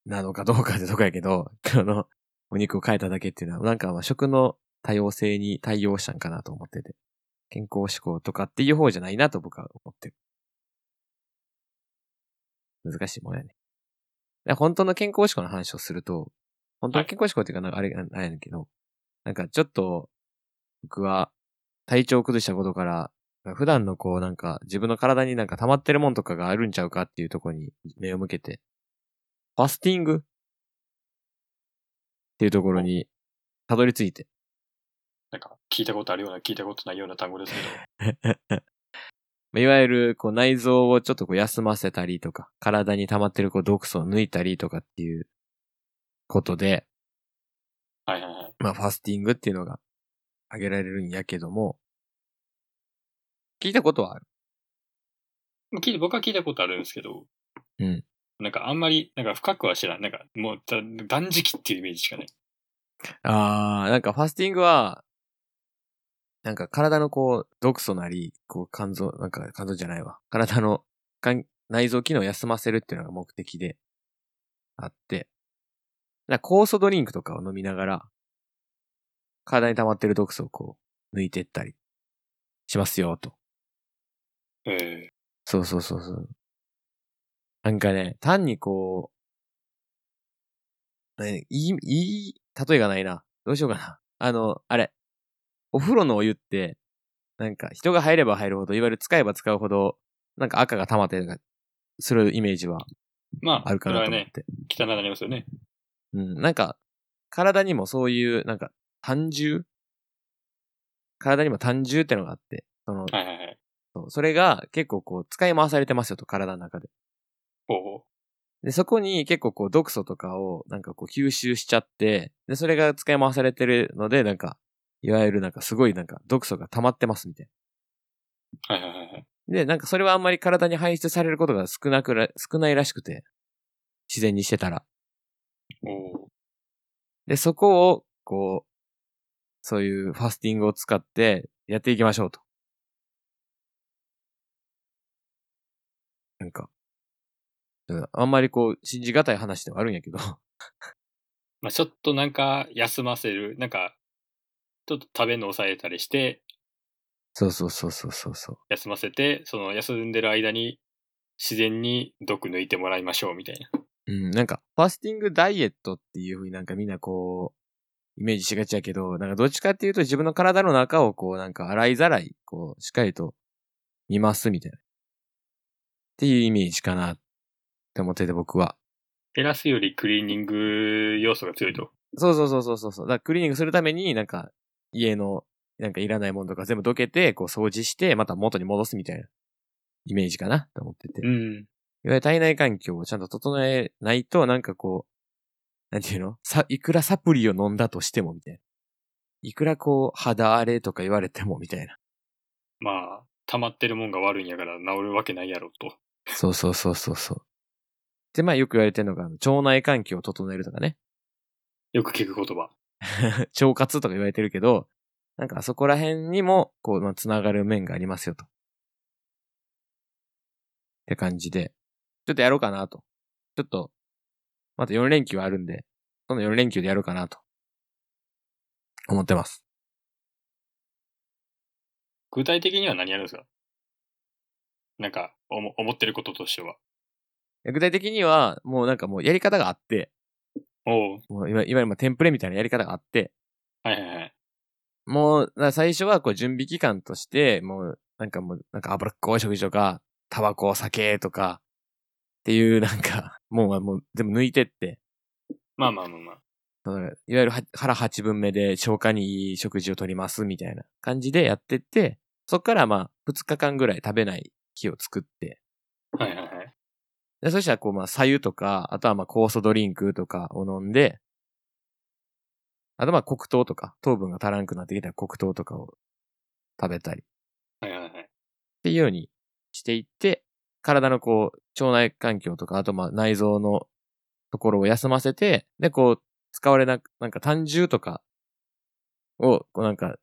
Speaker 2: なのかどうかってとこやけど、 この、お肉を変えただけっていうのは、なんかまあ食の多様性に対応したんかなと思ってて。健康志向とかっていう方じゃないなと僕は思ってる。難しいもんやね。で本当の健康志向の話をすると、本当の健康志向っていうか、なんかあれ、あれやねんけど、なんかちょっと、僕は体調を崩したことから、普段のこうなんか自分の体になんか溜まってるもんとかがあるんちゃうかっていうところに目を向けて、ファスティングってっていうところに、たどり着いて。
Speaker 3: なんか、聞いたことあるような、聞いたことないような単 語ですけど、
Speaker 2: まあいわゆる、こう、内臓をちょっとこう休ませたりとか、体に溜まってるこう毒素を抜いたりとかっていうことで、
Speaker 3: はいはいはい。
Speaker 2: まあ、ファスティングっていうのが挙げられるんやけども、聞いたことはある。
Speaker 3: まあ聞い僕は聞いたことあるんですけど、
Speaker 2: うん。
Speaker 3: なんかあんまり、なんか深くは知らん。なんかもうだ断食っていうイメージしかない。
Speaker 2: あー、なんかファスティングは、なんか体のこう、毒素なり、こう、肝臓、なんか肝臓じゃないわ。体の肝内臓機能を休ませるっていうのが目的であって、なんか酵素ドリンクとかを飲みながら、体に溜まってる毒素をこう、抜いてったりしますよ、と。
Speaker 3: え
Speaker 2: そうそうそうそう。なんかね、単にこう、ね、いい、いい、例えがないな。どうしようかな。 あの、あれ。お風呂のお湯って、なんか人が入れば入るほど、いわゆる使えば使うほど、なんか赤が溜まったりとかするイメージは
Speaker 3: えまあ、
Speaker 2: あるかなと
Speaker 3: そ
Speaker 2: 思
Speaker 3: れは
Speaker 2: っ
Speaker 3: ね、
Speaker 2: て。
Speaker 3: 汚くなりますよね。
Speaker 2: うん、なんか、体にもそういう、なんか、単重体にも単重ってのがあって、その、
Speaker 3: はいはいはい。
Speaker 2: そうそれが結構こう、使い回されてますよと、体の中で。
Speaker 3: ほうほう。
Speaker 2: で、そこに結構こう毒素とかをなんかこう吸収しちゃって、で、それが使い回されてるので、なんか、いわゆるなんかすごいなんか毒素が溜まってますみたい
Speaker 3: はいはいはいはい。
Speaker 2: な。で、なんかそれはあんまり体に排出されることが少なくら、少ないらしくて、自然にしてたら。
Speaker 3: おー
Speaker 2: で、そこを、こう、そういうファスティングを使ってやっていきましょうと。なんか、うんあんまりこう、信じがたい話ではあるんやけど。
Speaker 3: まあちょっとなんか休ませる、なんか、ちょっと食べるの抑えたりして、
Speaker 2: そうそうそうそうそうそう。
Speaker 3: 休ませて、その休んでる間に自然に毒抜いてもらいましょうみたいな。
Speaker 2: うん、なんか、ファスティングダイエットっていう風になんかみんなこう、イメージしがちやけど、なんかどっちかっていうと自分の体の中をこう、なんか洗いざらい、こう、しっかりと見ますみたいな。っていうイメージかなって思ってて僕は。
Speaker 3: 減らすよりクリーニング要素が強いと。
Speaker 2: そうそうそうそうそうそう。だからクリーニングするためになんか家のなんかいらないものとか全部どけて、こう掃除して、また元に戻すみたいなイメージかなと思ってて。
Speaker 3: うん。
Speaker 2: いわゆる体内環境をちゃんと整えないと、なんかこう、なんていうのさ、いくらサプリを飲んだとしても、みたいな。いくらこう、肌荒れとか言われても、みたいな。
Speaker 3: まあ、溜まってるもんが悪いんやから治るわけないやろと。
Speaker 2: そうそうそうそうそう。で、まあよく言われてるのが、あの腸内環境を整えるとかね。
Speaker 3: よく聞く言葉。
Speaker 2: 腸活とか言われてるけど、なんかそこら辺にも、こう、まあ、つながる面がありますよと。って感じで、ちょっとやろうかなと。ちょっと、また4連休あるんで、その4連休でやろうかなと。思ってます。
Speaker 3: 具体的には何やるんですかなんか、おも思ってることとしては。
Speaker 2: 具体的には、もうなんかもうやり方があって、
Speaker 3: おう
Speaker 2: もういわいわゆるまあテンプレみたいなやり方があって、
Speaker 3: はいはいはい。
Speaker 2: もう、だから最初はこう準備期間として、もう、なんかもう、なんか脂っこい食事とか、タバコ、酒とか、っていうなんか、 もう、もう全部抜いてって、
Speaker 3: まあまあまあまあ。
Speaker 2: そのいわゆるは腹八分目で消化にいい食事をとります、みたいな感じでやってって、そっからまあ、2日間ぐらい食べない日を作って、
Speaker 3: はいはいはい。
Speaker 2: でそしたらこうまあ、左右とか、あとはまあ、酵素ドリンクとかを飲んで、あとまあ、黒糖とか、糖分が足らんくなってきたら黒糖とかを食べたり、
Speaker 3: はいはいはい。
Speaker 2: っていうようにしていって、体のこう、腸内環境とか、あとまあ内臓のところを休ませて、で、こう、使われなく、なんか単重とかを、こうなんか、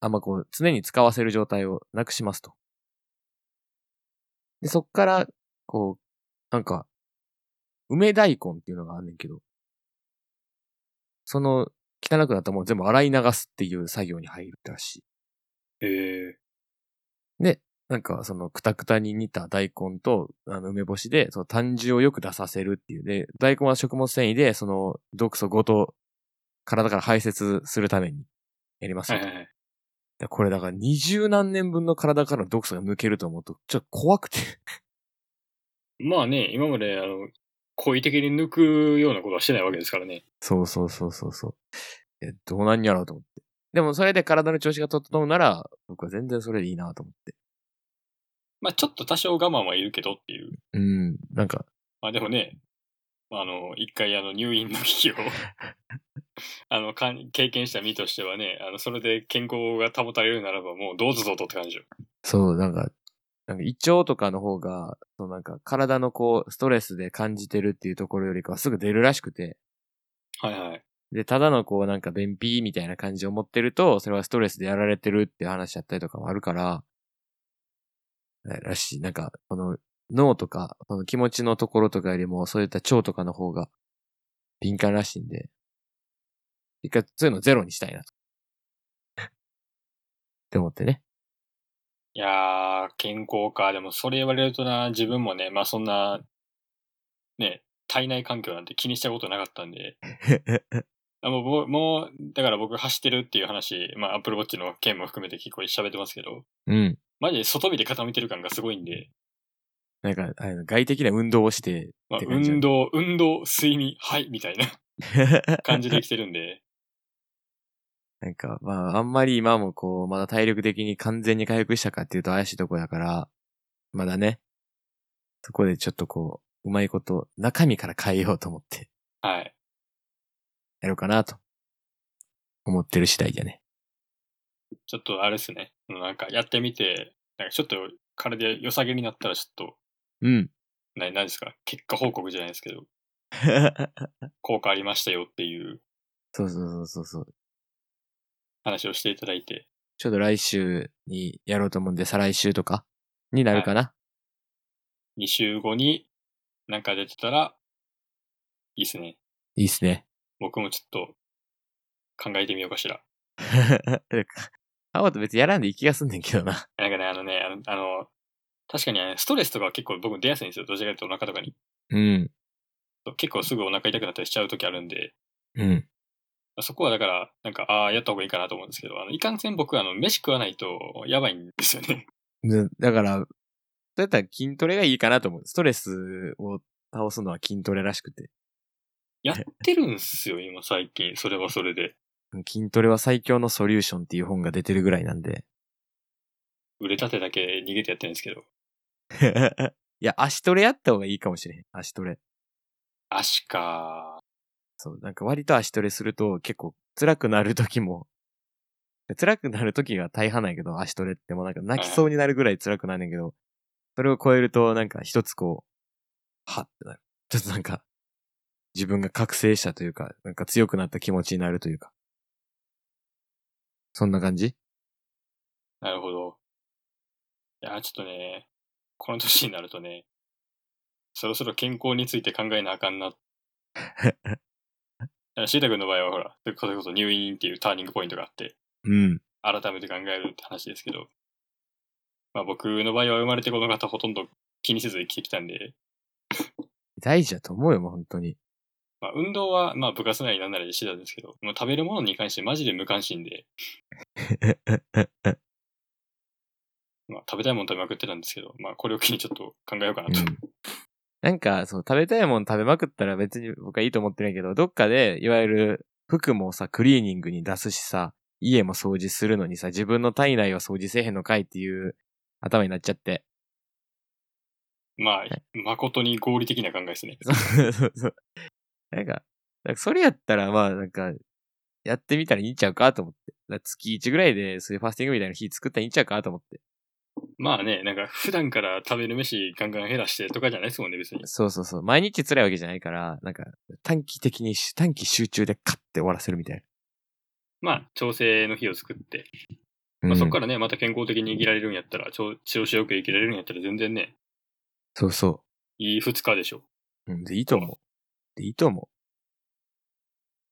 Speaker 2: あんまこう、常に使わせる状態をなくしますと。で、そっから、こう、なんか、梅大根っていうのがあんねんけど、その、汚くなったものを全部洗い流すっていう作業に入るらしい。
Speaker 3: ええ
Speaker 2: なんか、その、くたくたに煮た大根と、あの、梅干しで、その、胆汁をよく出させるっていう。で、大根は食物繊維で、その、毒素ごと、体から排泄するために、やります
Speaker 3: は
Speaker 2: よ
Speaker 3: い
Speaker 2: と、
Speaker 3: はいはい。
Speaker 2: でこれだから、二十何年分の体からの毒素が抜けると思うと、ちょっと怖くて。
Speaker 3: まあね、今まで、あの、故意的に抜くようなことはしてないわけですからね。
Speaker 2: そうそうそうそうそう。え、どうなんやろうと思って。でもそれで体の調子が整うなら、僕は全然それでいいなと思って。
Speaker 3: まあちょっと多少我慢はいるけどっていう。
Speaker 2: うん、なんか、
Speaker 3: まあでもね、あの、一回あの入院の危機を、 あの、かん経験した身としてはね、あの、それで健康が保たれるならばもうどうぞどうぞって感じよ。
Speaker 2: そう、なんか、なんか胃腸とかの方が、そうなんか体のこう、ストレスで感じてるっていうところよりかはすぐ出るらしくて、
Speaker 3: はいはい。
Speaker 2: で、ただのこうなんか便秘みたいな感じを持ってると、それはストレスでやられてるっていう話だったりとかもあるから、えらしい。なんか、この脳とか、その気持ちのところとかよりも、そういった腸とかの方が敏感らしいんで、一回そういうのゼロにしたいなと。 って思ってね。
Speaker 3: いやー、健康か。でもそれ言われるとな、自分もね、まあそんな、ね、体内環境なんて気にしたことなかったんで。あもうぼ、もう、だから僕走ってるっていう話、まあ Apple Watch の件も含めて結構喋ってますけど、
Speaker 2: うん。
Speaker 3: マジで外見で固めてる感がすごいんで、
Speaker 2: なんか、あの外的な運動をして、
Speaker 3: まあ
Speaker 2: って感じだね
Speaker 3: 運動、運動、睡眠、はい、みたいな感じできてるんで、
Speaker 2: なんか、まあ、あんまり今もこう、まだ体力的に完全に回復したかっていうと怪しいとこだから、まだね、そこでちょっとこう、うまいこと、中身から変えようと思って、
Speaker 3: はい。
Speaker 2: やろうかなと、思ってる次第じゃね。
Speaker 3: ちょっとあれですね、なんかやってみて、なんかちょっと体良さげになったらちょっ
Speaker 2: うん。
Speaker 3: と、な何ですか、結果報告じゃないですけど、効果ありましたよっていう
Speaker 2: そうそうそうそうそう。
Speaker 3: 話をしていただいて、
Speaker 2: ちょっと来週にやろうと思うんで、再来週とかになるかな。
Speaker 3: 2週後になんか出てたら、いいっすね。
Speaker 2: い、いっすね。
Speaker 3: 僕もちょっと考えてみようかしら。
Speaker 2: あわと別にやらんでいい気がすんねんけどな。
Speaker 3: なんかね、あのね、あの、あの確かに、ね、ストレスとかは結構僕出やすいんですよ。どちらかというとお腹とかに。
Speaker 2: うん。
Speaker 3: 結構すぐお腹痛くなったりしちゃう時あるんで、
Speaker 2: うん。
Speaker 3: そこはだから、なんか、ああ、やった方がいいかなと思うんですけど、あの、いかんせん僕、あの、飯食わないと、やばいんですよね。
Speaker 2: でだから、そうやったら筋トレがいいかなと思う。ストレスを倒すのは筋トレらしくて。
Speaker 3: やってるんすよ、今最近。それはそれで。
Speaker 2: 筋トレは最強のソリューションっていう本が出てるぐらいなんで。
Speaker 3: 売れたてだけ逃げてやってるんですけど。
Speaker 2: いや、足トレやった方がいいかもしれへん。足トレ。
Speaker 3: 足か。
Speaker 2: そう、なんか割と足トレすると結構辛くなる時も、辛くなる時が大半なんやけど、足トレってもうなんか泣きそうになるぐらい辛くなるんやけど、それを超えるとなんか一つこう、はってなる。ちょっとなんか、自分が覚醒したというか、なんか強くなった気持ちになるというか。そんな感じ
Speaker 3: なるほど。いやー、ちょっとね、この年になるとね、そろそろ健康について考えなあかんな。シータ君の場合はほら、それこそ入院っていうターニングポイントがあって、
Speaker 2: うん。
Speaker 3: 改めて考えるって話ですけど、まあ僕の場合は生まれてこの方ほとんど気にせず生きてきたんで、
Speaker 2: 大事だと思うよ、もう本当に。
Speaker 3: まあ運動はまあ部活なりなんなりしてたんですけど、もう食べるものに関してマジで無関心で、まあ食べたいもの食べまくってたんですけど、まあこれを機にちょっと考えようかなと。
Speaker 2: うんなんか、そう、食べたいもん食べまくったら別に僕はいいと思ってるんやけど、どっかで、いわゆる服もさ、クリーニングに出すしさ、家も掃除するのにさ、自分の体内は掃除せえへんのかいっていう頭になっちゃって。
Speaker 3: まあ、誠に合理的な考えですね。
Speaker 2: そうそうそう。なんか、なんかそれやったら、まあ、なんか、やってみたらいいんちゃうかと思って。だから月1ぐらいで、そういうファスティングみたいな日作ったらいいんちゃうかと思って。
Speaker 3: まあね、なんか普段から食べる飯ガンガン減らしてとかじゃないですもんね、別に。
Speaker 2: そうそうそう。毎日辛いわけじゃないから、なんか、短期的に、短期集中でカッて終わらせるみたい
Speaker 3: まあ、調整の日を作って、
Speaker 2: な。。
Speaker 3: まあ、そこかららね、また健康的に生きられるんやったら、調調子よく生きられるんやったら全然ね、
Speaker 2: そうそう。
Speaker 3: いい二日でしょ。
Speaker 2: うん、で、いいと思う。で、いいと思う。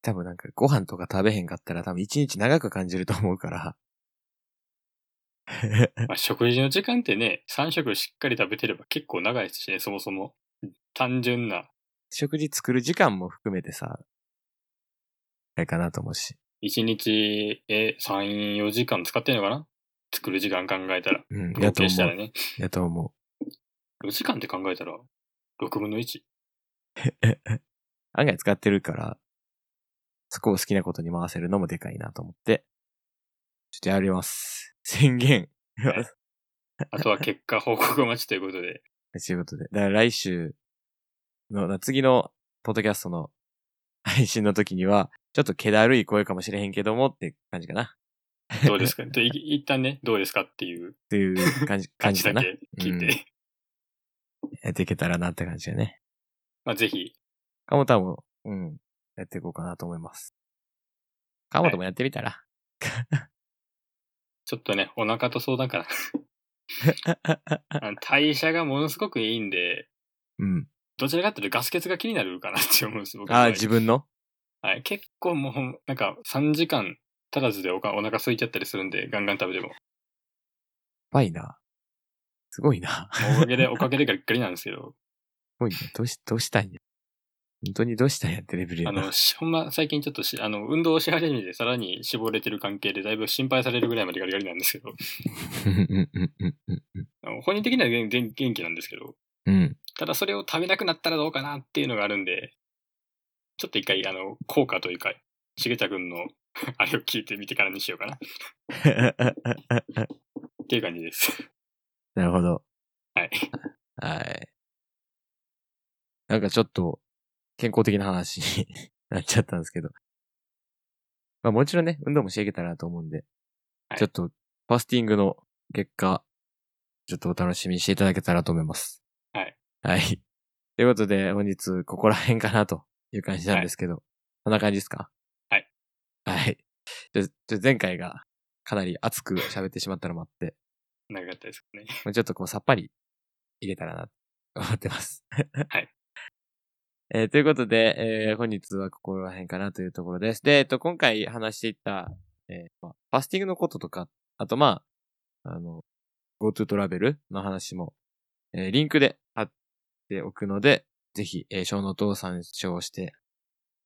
Speaker 2: 多分なんかご飯とか食べへんかったら多分一日長く感じると思うから。
Speaker 3: まあ、食事の時間ってね、3食しっかり食べてれば結構長いですしね、そもそも。単純な、
Speaker 2: 食事作る時間も含めてさ、あれかなと思うし。
Speaker 3: 1日、え、3、4時間使ってんのかな作る時間考えたら。
Speaker 2: うん、や
Speaker 3: 合
Speaker 2: と
Speaker 3: 計した
Speaker 2: 思う。
Speaker 3: らね。
Speaker 2: やと思う。
Speaker 3: 4時間って考えたら、6分の1。
Speaker 2: 案外使ってるから、そこを好きなことに回せるのもでかいなと思って、ちょっとやります。宣言。
Speaker 3: いあとは結果報告待ちということで。
Speaker 2: ということで。だから来週の、な次のポッドキャストの 配信の時には、ちょっと気だるい声かもしれへんけどもって感じかな。
Speaker 3: どうで すかでい一旦ね、どうですかっていう
Speaker 2: っていう 感じ、感
Speaker 3: 感
Speaker 2: じ
Speaker 3: じ
Speaker 2: か
Speaker 3: だ
Speaker 2: な。
Speaker 3: け聞いて。
Speaker 2: うんやっていけたらなって感じだね。
Speaker 3: まあぜひ、
Speaker 2: カモタも、うん、やっていこうかなと思います。カモタもやってみたら。
Speaker 3: ちょっとね、お腹と相談かな。 あの代謝がものすごくいいんで、
Speaker 2: うん。
Speaker 3: どちらかというとガス欠が気になるかなって思うんです、僕の場合
Speaker 2: ああ、自分の
Speaker 3: はい。結構もう、なんか3時間足らずでおかお腹空いちゃったりするんで、ガンガン食べても。
Speaker 2: やばいな。すごいな。
Speaker 3: おかげで、おかげでがっかりなんですけど、
Speaker 2: すごいね。どうし、どうしたんや。本当にどうしたんやってレベルや
Speaker 3: あ
Speaker 2: な
Speaker 3: の、。しほんま最近ちょっとし、あの、運動をし始めて、さらに絞れてる関係で、だいぶ心配されるぐらいまでガリガリなんですけど、
Speaker 2: うんうんうんうんうん
Speaker 3: あの本人的には元元元気なんですけど、
Speaker 2: うん。うん。
Speaker 3: ただそれを食べなくなったらどうかなっていうのがあるんで、ちょっと一回、あの、効果というか、しげたくんの、 あれを聞いてみてからにしようかなっていう感じです。
Speaker 2: なるほど。
Speaker 3: はい。
Speaker 2: はい。なんかちょっと、健康的な話に なっちゃったんですけど。まあもちろんね、運動もしていけたらなと思うんで、
Speaker 3: はい
Speaker 2: ちょっと、ファスティングの結果、ちょっとお楽しみにしていただけたらと思います。
Speaker 3: はい。
Speaker 2: はい。ということで、本日、ここら辺かなという感じなんですけど、こんな感じですか
Speaker 3: はい。
Speaker 2: はい。じゃ、じゃ前回が、かなり熱く喋ってしまったのもあって、
Speaker 3: 長かったですかね。
Speaker 2: もうちょっとこうさっぱり入れたらな、思ってます。
Speaker 3: はい。
Speaker 2: えーということで、えー本日はここら辺かなというところです。で、えっと、今回話していった、えーまあファスティングのこととか、あとまあ、あの、GoTo トラベルの話も、えーリンクで貼っておくので、ぜひ、えー、小ノートを参照して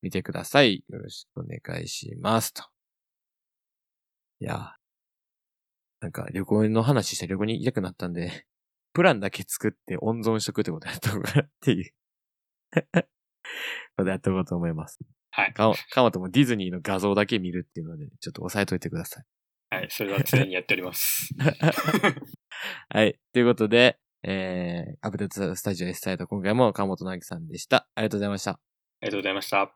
Speaker 2: みてください。よろしくお願いします。と。いやー、なんか旅行の話して旅行に行きたくなったんで、 プランだけ作って温存しとくってことやったうかなっていう、ことやっておこうと思います。
Speaker 3: はい。
Speaker 2: かも、かもともディズニーの画像だけ見るっていうので、ちょっと押さえといてください。
Speaker 3: はい。それは常にやっております。
Speaker 2: はい。ということで、えー、アップデートスタジオ S サイト、今回も川本直樹さんでした。ありがとうございました。
Speaker 3: ありがとうございました。